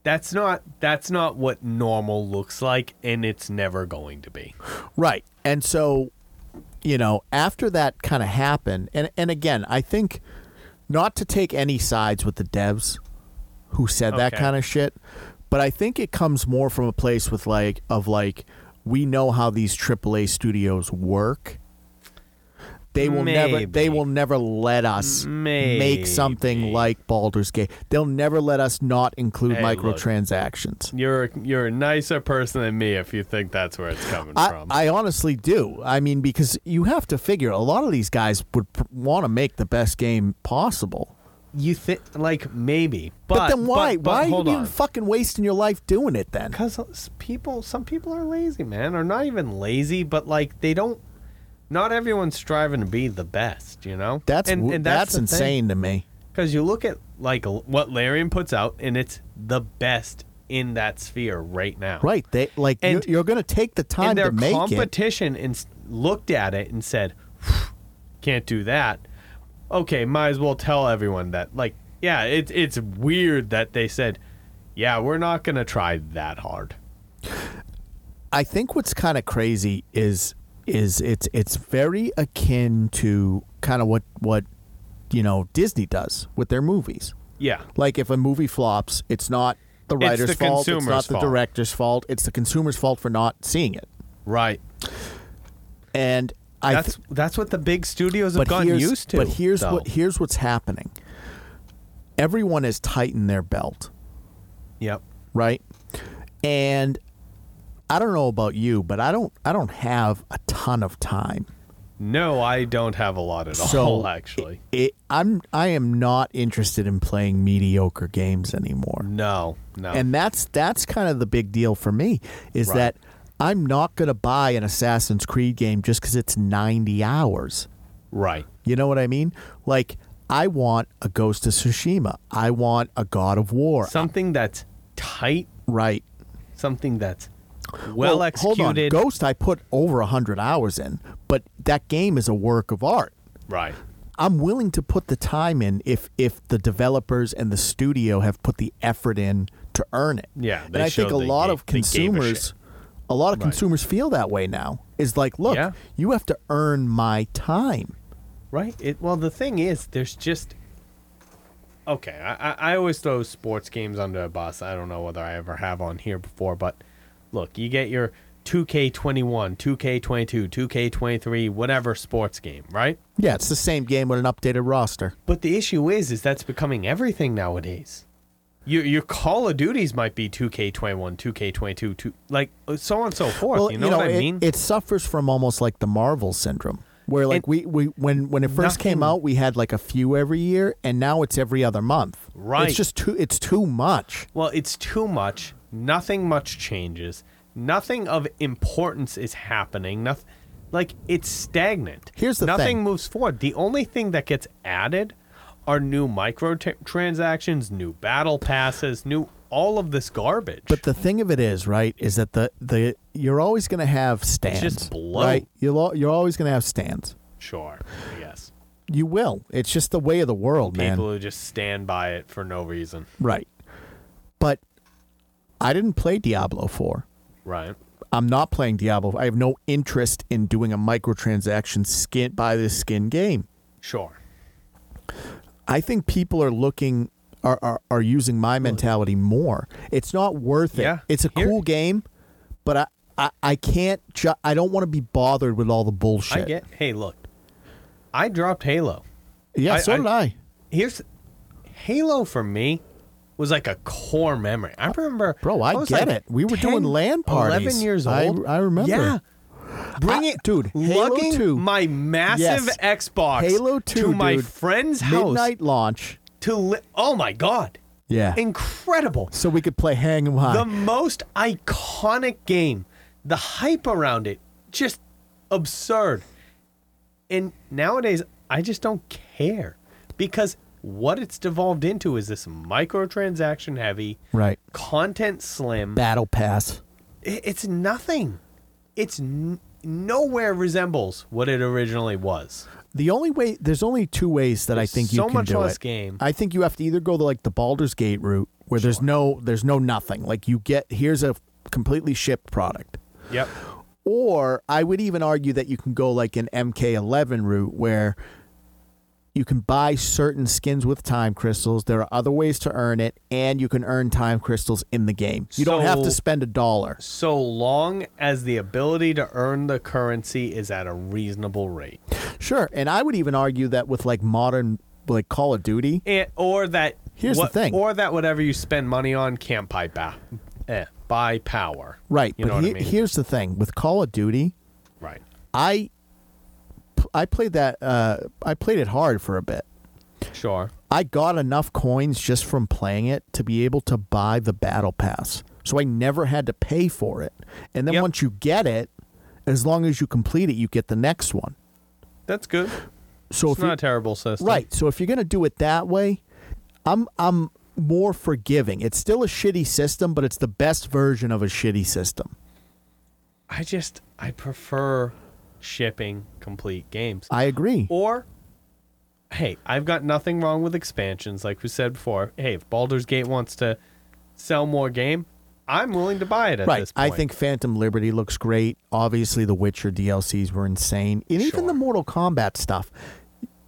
S2: that's not that's not what normal looks like, and it's never going to be.
S1: Right. And so, you know, after that kind of happened, and, and again, I think not to take any sides with the devs who said that
S2: Okay.
S1: kind of shit, but I think it comes more from a place with like, of like, we know how these AAA studios work. They will never they
S2: Maybe.
S1: will never let us make something
S2: Maybe.
S1: like Baldur's Gate. They'll never let us not include
S2: Hey, look.
S1: microtransactions.
S2: You're you're a nicer person than me if you think that's where it's coming
S1: I,
S2: from.
S1: I honestly do. I mean, because you have to figure a lot of these guys would pr- want to make the best game possible.
S2: you think like maybe, but,
S1: But, then why?
S2: But, but
S1: why
S2: hold
S1: are you
S2: on.
S1: fucking wasting your life doing it then?
S2: Because people, some people are lazy, man, or not even lazy, but like they don't. Not everyone's striving to be the best, you know.
S1: That's w that's, insane to me.
S2: Because you look at like l- what Larian puts out, and it's the best in that sphere right now.
S1: Right? They like you-
S2: And-
S1: you're, going to take the time
S2: And
S1: to
S2: their
S1: make it.
S2: competition and s- looked at it and said, "Can't do that." Okay, might as well tell everyone that. Like, yeah, it's it's weird that they said, "Yeah, we're not gonna try that hard."
S1: I think what's kind of crazy is is it's it's very akin to kind of what what you know Disney does with their movies.
S2: Yeah.
S1: Like if a movie flops, it's not the
S2: the
S1: writer's fault, it's
S2: consumer's
S1: not the
S2: fault.
S1: director's fault, it's the consumer's fault for not seeing it.
S2: Right.
S1: And I th-
S2: That's that's what the big studios have
S1: but
S2: gotten
S1: here's,
S2: used to.
S1: But here's
S2: though.
S1: what here's what's happening. Everyone has tightened their belt,
S2: Yep.
S1: right? And I don't know about you, but I don't I don't have a ton of time.
S2: No, I don't have a lot at
S1: So,
S2: all. Actually,
S1: It, I'm I am not interested in playing mediocre games anymore.
S2: no, no.
S1: And that's that's kind of the big deal for me is
S2: Oh. Right.
S1: that I'm not going to buy an Assassin's Creed game just cuz it's 90 hours.
S2: right.
S1: You know what I mean? Like I want a Ghost of Tsushima. I want a God of War.
S2: Something that's tight.
S1: right.
S2: Something that's well, executed.
S1: Hold on. Ghost I put over 100 hours in, but that game is a work of art.
S2: Right.
S1: I'm willing to put the time in if if the developers and the studio have put the effort in to earn it.
S2: Yeah,
S1: and
S2: they
S1: I think
S2: showed
S1: a
S2: they
S1: lot
S2: gave-
S1: of
S2: they gave a
S1: consumers,
S2: shit.
S1: a, lot of consumers feel that way now. Is like, look,
S2: Yeah.
S1: you have to earn my time.
S2: Right. It, well, the thing is, there's just okay. I, I- I always throw sports games under a bus. I don't know whether I ever have on here before, but look, you get your 2K21, 2K22, 2K23, whatever sports game, right?
S1: Yeah, it's the same game with an updated roster.
S2: But the issue is, is that's becoming everything nowadays. Your your Call of Duties might be 2K21, 2K22, two, like uh, so on and so forth. you, know what I
S1: it,
S2: mean?
S1: It suffers from almost like the Marvel syndrome, where like
S2: And
S1: we, we when when it first came
S2: nothing-
S1: out, we had like a few every year, and now it's every other month.
S2: Right.
S1: It's just too. It's too much.
S2: Well, it's too much. Nothing much changes. Nothing of importance is happening. Nothing, like it's stagnant.
S1: Here's the
S2: nothing
S1: thing.
S2: moves forward. The only thing that gets added are new microtransactions, new battle passes, new all of this garbage.
S1: But the thing of it is, right, is that the the you're always going to have stands.
S2: just bloat.
S1: Right. You'll al- you're always going to have stands.
S2: sure, I guess
S1: You will. It's just the way of the world, man.
S2: people who just stand by it for no reason,
S1: Right. But I didn't play Diablo 4.
S2: right?
S1: I'm not playing Diablo. I have no interest in doing a microtransaction skin buy this skin game.
S2: Sure.
S1: I think people are looking are are, are using my mentality more. It's not worth it.
S2: Yeah.
S1: It's a
S2: Here-
S1: cool game, but I I, I can't ju- I don't want to be bothered with all the bullshit.
S2: I get. Hey, look, I dropped Halo.
S1: yeah,
S2: I-
S1: so
S2: I-
S1: did I.
S2: here's Halo for me was like a core memory. I remember,
S1: Bro, I
S2: was
S1: get
S2: like
S1: it. We were doing
S2: 10,
S1: LAN parties.
S2: Eleven years
S1: I-
S2: old.
S1: I remember.
S2: Yeah, bring
S1: I-
S2: it,
S1: dude, Halo
S2: lugging
S1: 2.
S2: my massive
S1: Yes.
S2: Xbox
S1: Halo 2
S2: to my
S1: dude.
S2: friend's house
S1: Midnight launch.
S2: to. Li- oh my god,
S1: Yeah.
S2: incredible!
S1: so we could play Hang 'em High.
S2: The most iconic game. The hype around it just absurd. And nowadays, I just don't care because what it's devolved into is this microtransaction heavy,
S1: right.
S2: content slim.
S1: Battle Pass.
S2: I- It's nothing. It's n- nowhere resembles what it originally was.
S1: The only way there's only two ways that I think you
S2: so
S1: can
S2: much
S1: do
S2: less
S1: it.
S2: game.
S1: I think you have to either go the like the Baldur's Gate route where there's no there's no nothing. Like you get here's a completely shipped product.
S2: Yep.
S1: Or I would even argue that you can go like an MK11 route where you can buy certain skins with time crystals. There are other ways to earn it, and you can earn time crystals in the game. You don't have to
S2: So-
S1: spend a dollar.
S2: So long as the ability to earn the currency is at a reasonable rate,
S1: Sure, and I would even argue that with like modern like Call of Duty,
S2: and, or that
S1: Here's the
S2: what-
S1: thing.
S2: or that whatever you spend money on can't buy back, eh, buy power.
S1: right?
S2: You know
S1: but
S2: what I
S1: he-
S2: mean?
S1: here's the thing with Call of Duty,
S2: Right.
S1: I I played that uh, I played it hard for a bit.
S2: Sure.
S1: I got enough coins just from playing it to be able to buy the battle pass. So I never had to pay for it. And then
S2: Yep.
S1: once you get it, as long as you complete it, you get the next one.
S2: That's good.
S1: So
S2: It's
S1: if you,
S2: not a terrible system.
S1: right, so if you're going to do it that way, I'm I'm more forgiving. It's still a shitty system, but it's the best version of a shitty system.
S2: I just I prefer shipping complete games.
S1: I agree.
S2: Or hey, I've got nothing wrong with expansions like we said before. Hey, if Baldur's Gate wants to sell more game, I'm willing to buy it at
S1: Right.
S2: this
S1: I
S2: point.
S1: think Phantom Liberty looks great. Obviously, the Witcher DLCs were insane, and even
S2: Sure.
S1: the Mortal Kombat stuff.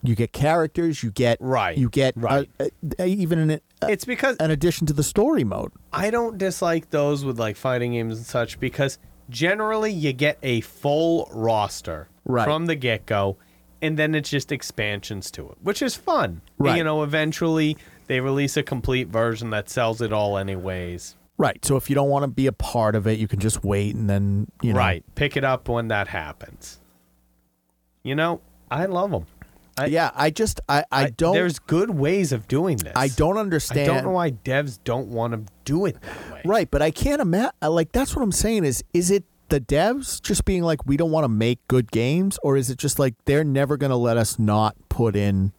S1: You get characters. You get
S2: Right,
S1: You get uh,
S2: right.
S1: uh, even an, uh,
S2: it's because
S1: an addition to the story mode.
S2: I don't dislike those with like fighting games and such because generally you get a full roster
S1: Right.
S2: from the get go, and then it's just expansions to it, which is fun.
S1: Right.
S2: You know, eventually they release a complete version that sells it all, anyways.
S1: Right. So if you don't want to be a part of it, you can just wait and then you know.
S2: Right. Pick it up when that happens. You know, I love them. I,
S1: Yeah. I just I I, don't
S2: There's good ways of doing this.
S1: I don't
S2: I
S1: understand.
S2: don't know why devs don't want to do it that way.
S1: Right, but I can't imagine. Like that's what I'm saying is is it the devs just being like we don't want to make good games, or is it just like they're never going to let us not put in?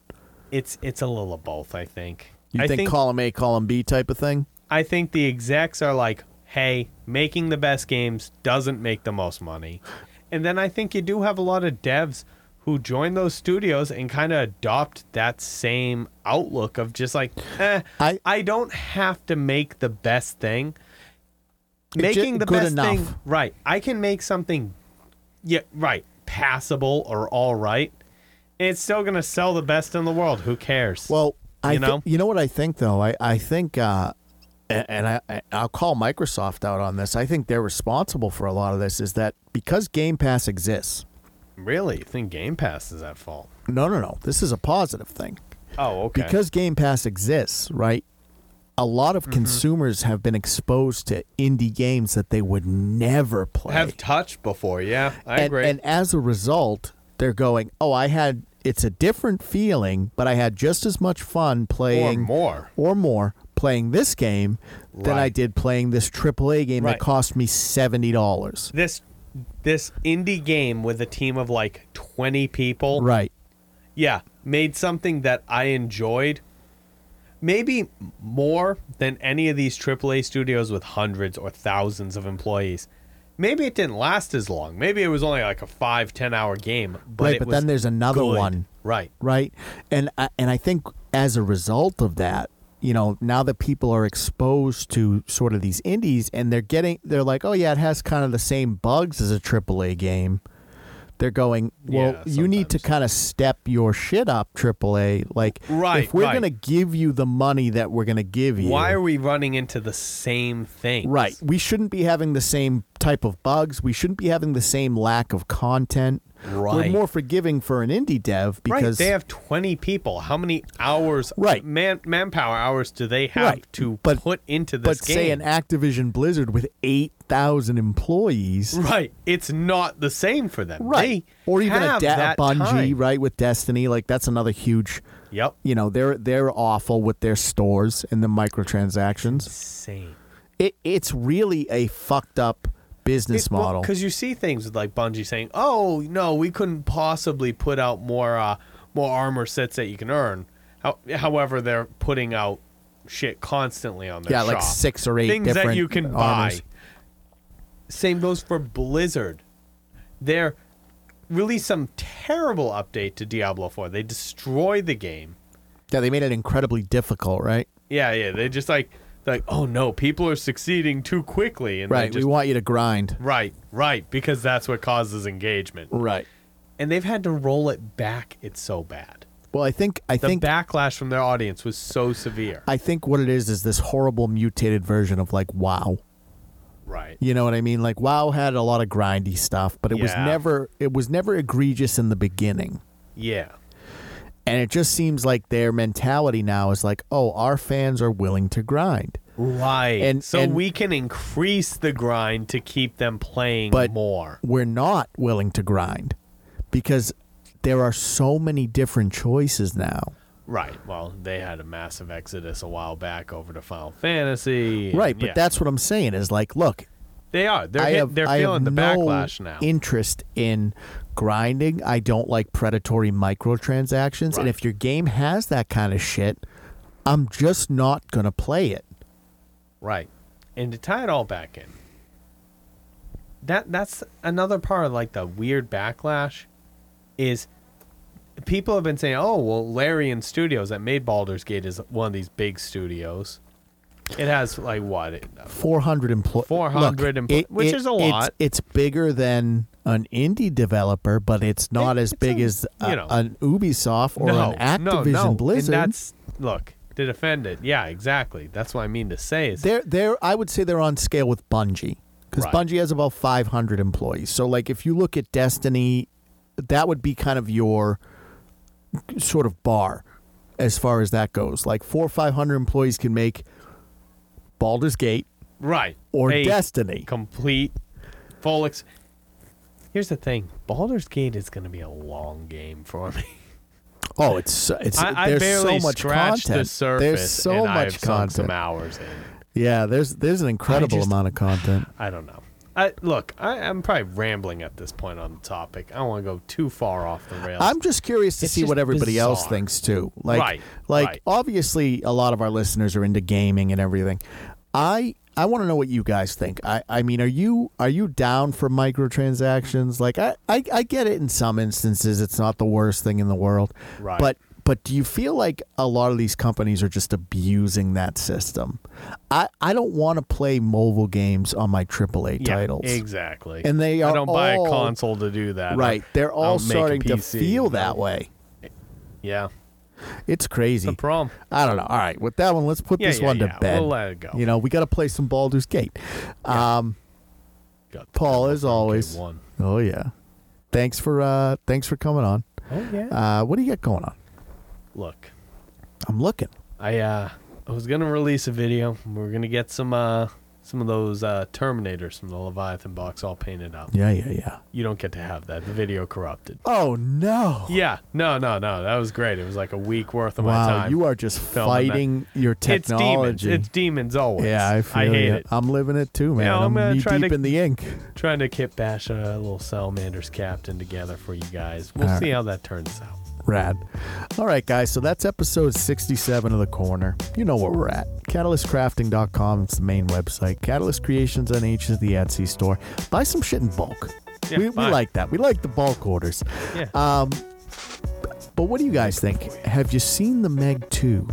S2: It's it's a little of both, I think.
S1: You
S2: I
S1: think,
S2: think
S1: column A, column B type of thing?
S2: I think the execs are like, hey, making the best games doesn't make the most money. And then I think you do have a lot of devs who join those studios and kind of adopt that same outlook of just like, eh,
S1: I-
S2: I, don't have to make the best thing.
S1: ju-
S2: Making the
S1: good
S2: best
S1: enough.
S2: thing, right? I can make something, yeah, right, passable or all right. And it's still gonna sell the best in the world. Who cares?
S1: Well, I
S2: You
S1: thi-
S2: know?
S1: you know what I think though. I I think. Uh, a- and I, I- I'll call Microsoft out on this. I think they're responsible for a lot of this. Is that because Game Pass exists?
S2: really, you think Game Pass is at fault?
S1: No, no, no. This is a positive thing.
S2: Oh, okay.
S1: because Game Pass exists, right? A lot
S2: Mm-hmm.
S1: of consumers have been exposed to indie games that they would never play.
S2: have touched before. Yeah, I
S1: and,
S2: agree.
S1: and as a result, they're going, "Oh, I had it's a different feeling, but I had just as much fun
S2: or
S1: playing
S2: more.
S1: or more playing this game than I
S2: Right.
S1: did playing this AAA game that
S2: Right.
S1: cost me $70."
S2: This this indie game with a team of like 20 people.
S1: Right.
S2: Yeah, made something that I enjoyed. Maybe more than any of these AAA studios with hundreds or thousands of employees. Maybe it didn't last as long. Maybe it was only like a five, 10 hour game. But
S1: Right,
S2: it
S1: but
S2: was
S1: then there's another
S2: good.
S1: one.
S2: Right.
S1: right? And I, and I think as a result of that, you know, now that people are exposed to sort of these indies and they're getting, they're like, oh yeah, it has kind of the same bugs as a AAA game. They're going, well,
S2: Yeah,
S1: you need to kind of step your shit up, AAA. Like,
S2: Right,
S1: if we're
S2: right.
S1: going to give you the money that we're going to give you,
S2: Why are we running into the same thing?
S1: Right. We shouldn't be having the same type of bugs. We shouldn't be having the same lack of content. We're
S2: Right.
S1: more forgiving for an indie dev because
S2: right, they have 20 people. How many hours,
S1: Right.
S2: man, manpower hours do they have
S1: Right,
S2: to
S1: but-
S2: put into this
S1: but
S2: game?
S1: say an Activision Blizzard with 8,000 employees.
S2: right, it's not the same for them. They
S1: Or even a
S2: have
S1: da-
S2: that
S1: Bungie,
S2: time.
S1: right, with Destiny. Like that's another huge,
S2: Yep.
S1: you know, they're they're awful with their stores and the microtransactions.
S2: Same.
S1: It it's really a fucked up business model.
S2: Because you see things with like Bungie saying, "Oh no, we couldn't possibly put out more uh, more armor sets that you can earn." How, however, they're putting out shit constantly on their
S1: yeah, like
S2: shop.
S1: six or eight
S2: things
S1: different
S2: that you can
S1: armors.
S2: buy. Same goes for Blizzard. They're released some terrible update to Diablo 4. They destroyed the game.
S1: Yeah, they made it incredibly difficult, right?
S2: Yeah, yeah. They just like like, oh no, people are succeeding too quickly, and they
S1: Right.
S2: Just,
S1: we want you to grind.
S2: right, right, because that's what causes engagement.
S1: Right.
S2: And they've had to roll it back. It's so bad.
S1: Well, I think I
S2: The
S1: think
S2: backlash from their audience was so severe.
S1: I think what it is is this horrible mutated version of like WoW.
S2: right.
S1: You know what I mean? Like WoW had a lot of grindy stuff, but it was
S2: Yeah.
S1: never it was never egregious in the beginning.
S2: Yeah.
S1: And it just seems like their mentality now is like, "Oh, our fans are willing to grind."
S2: Right.
S1: And-
S2: so
S1: and-
S2: we can increase the grind to keep them playing
S1: But-
S2: more.
S1: We're not willing to grind because there are so many different choices now.
S2: Right. Well, they had a massive exodus a while back over to Final Fantasy. and
S1: right, but
S2: yeah.
S1: that's what I'm saying is like, look,
S2: they are. They're
S1: I
S2: hit-
S1: have,
S2: they're
S1: I have
S2: feeling the
S1: no
S2: backlash now.
S1: interest in grinding. I don't like predatory microtransactions.
S2: Right.
S1: And if your game has that kind of shit, I'm just not going to play it.
S2: Right. And to tie it all back in. That that's another part of like the weird backlash is people have been saying, "Oh, well, Larian Studios that made Baldur's Gate is one of these big studios. It has like what? It, uh,
S1: 400 employees.
S2: 400 emplo- which is a lot.
S1: It's, bigger than an indie developer, but it's not
S2: It-
S1: as
S2: it's
S1: big
S2: a-
S1: as a,
S2: you know.
S1: an Ubisoft or
S2: no,
S1: an
S2: no,
S1: Activision
S2: no.
S1: Blizzard.
S2: And that's look, to defend it. Yeah, exactly. That's what I mean to say is
S1: They're they're I would say they're on scale with Bungie because
S2: Right.
S1: Bungie has about 500 employees. So like if you look at Destiny, that would be kind of your sort of bar as far as that goes. Like four or 500 employees can make Baldur's Gate
S2: right
S1: or
S2: A
S1: Destiny.
S2: complete full ex- Here's the thing. Baldur's Gate is going to be a long game for me.
S1: Oh, it's it's
S2: I, I
S1: there's
S2: barely
S1: so much
S2: scratched
S1: content.
S2: the surface.
S1: there's so
S2: and
S1: much
S2: I've sunk
S1: content.
S2: Some hours in.
S1: Yeah, there's there's an incredible
S2: just-
S1: amount of content.
S2: I don't know. I, look, I, I'm probably rambling at this point on the topic. I don't want to go too far off the rails.
S1: I'm just curious to
S2: It's
S1: see
S2: just
S1: what everybody else
S2: bizarre.
S1: thinks too. Like,
S2: Right,
S1: like
S2: right.
S1: obviously, a lot of our listeners are into gaming and everything. I I want to know what you guys think. I I mean, are you are you down for microtransactions? Like, I I, I get it in some instances. It's not the worst thing in the world.
S2: Right.
S1: But but do you feel like a lot of these companies are just abusing that system? I, I don't want to play mobile games on my AAA
S2: yeah,
S1: titles.
S2: Exactly.
S1: And they
S2: I
S1: are
S2: don't buy a
S1: all-
S2: console to do that.
S1: Right. They're
S2: I'll
S1: all
S2: make a
S1: starting to
S2: PC.
S1: feel that way.
S2: Yeah.
S1: It's crazy.
S2: The problem.
S1: I don't know. All right, with that one, let's put
S2: Yeah,
S1: this
S2: yeah,
S1: one to
S2: yeah.
S1: bed.
S2: We'll let it go.
S1: You know, we got to play some Baldur's Gate. Um,
S2: Got the
S1: Paul,
S2: demo
S1: as
S2: from
S1: always.
S2: Game One.
S1: oh yeah, thanks for uh, thanks for coming on.
S2: Oh yeah.
S1: Uh, what do you got going on?
S2: look,
S1: I'm looking.
S2: I uh I was gonna release a video. We we're gonna get some uh some of those uh Terminators from the Leviathan box all painted up.
S1: Yeah, yeah, yeah.
S2: You don't get to have that. The video corrupted.
S1: Oh no!
S2: Yeah, no, no, no. That was great. It was like a week worth of
S1: wow,
S2: my time.
S1: you are just
S2: filming that.
S1: fighting your
S2: it's demons.
S1: technology.
S2: It's demons always.
S1: yeah, I feel
S2: hate
S1: ya.
S2: it.
S1: I'm living it too, man.
S2: I'm
S1: I'm,
S2: gonna
S1: knee
S2: try
S1: deep
S2: to-
S1: in the ink.
S2: Trying to kit bash a little Salamander's captain together for you guys. We'll
S1: All
S2: see
S1: right.
S2: how that turns out.
S1: Rad. All right, guys. So that's episode 67 of The Corner. You know where we're at. CatalystCrafting.com is the main website. Catalyst Creations on H is the Etsy store. Buy some shit in bulk.
S2: Yeah,
S1: we, we
S2: buy.
S1: like that. We like the bulk orders.
S2: Yeah.
S1: Um, but what do you guys think? Have you seen the Meg 2?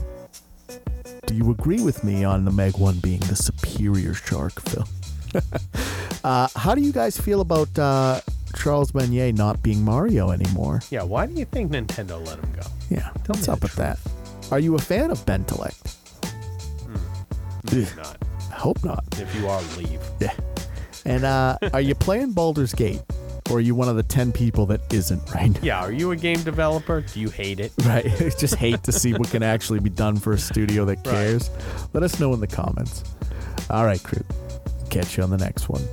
S1: Do you agree with me on the Meg 1 being the superior shark film? uh, how do you guys feel about uh, Charles Meunier not being Mario anymore?
S2: yeah, why do you think Nintendo let him go?
S1: Yeah,
S2: Tell me
S1: what's
S2: the
S1: up with that? Are you a fan of Bentelect?
S2: If not.
S1: I hope not.
S2: If you are, leave.
S1: Yeah. And uh, are you playing Baldur's Gate, or are you one of the ten people that isn't right now?
S2: Yeah, are you a game developer? Do you hate it?
S1: Right. Just hate to see what can actually be done for a studio that cares. Let us know in the comments. All right, crew. Catch you on the next one.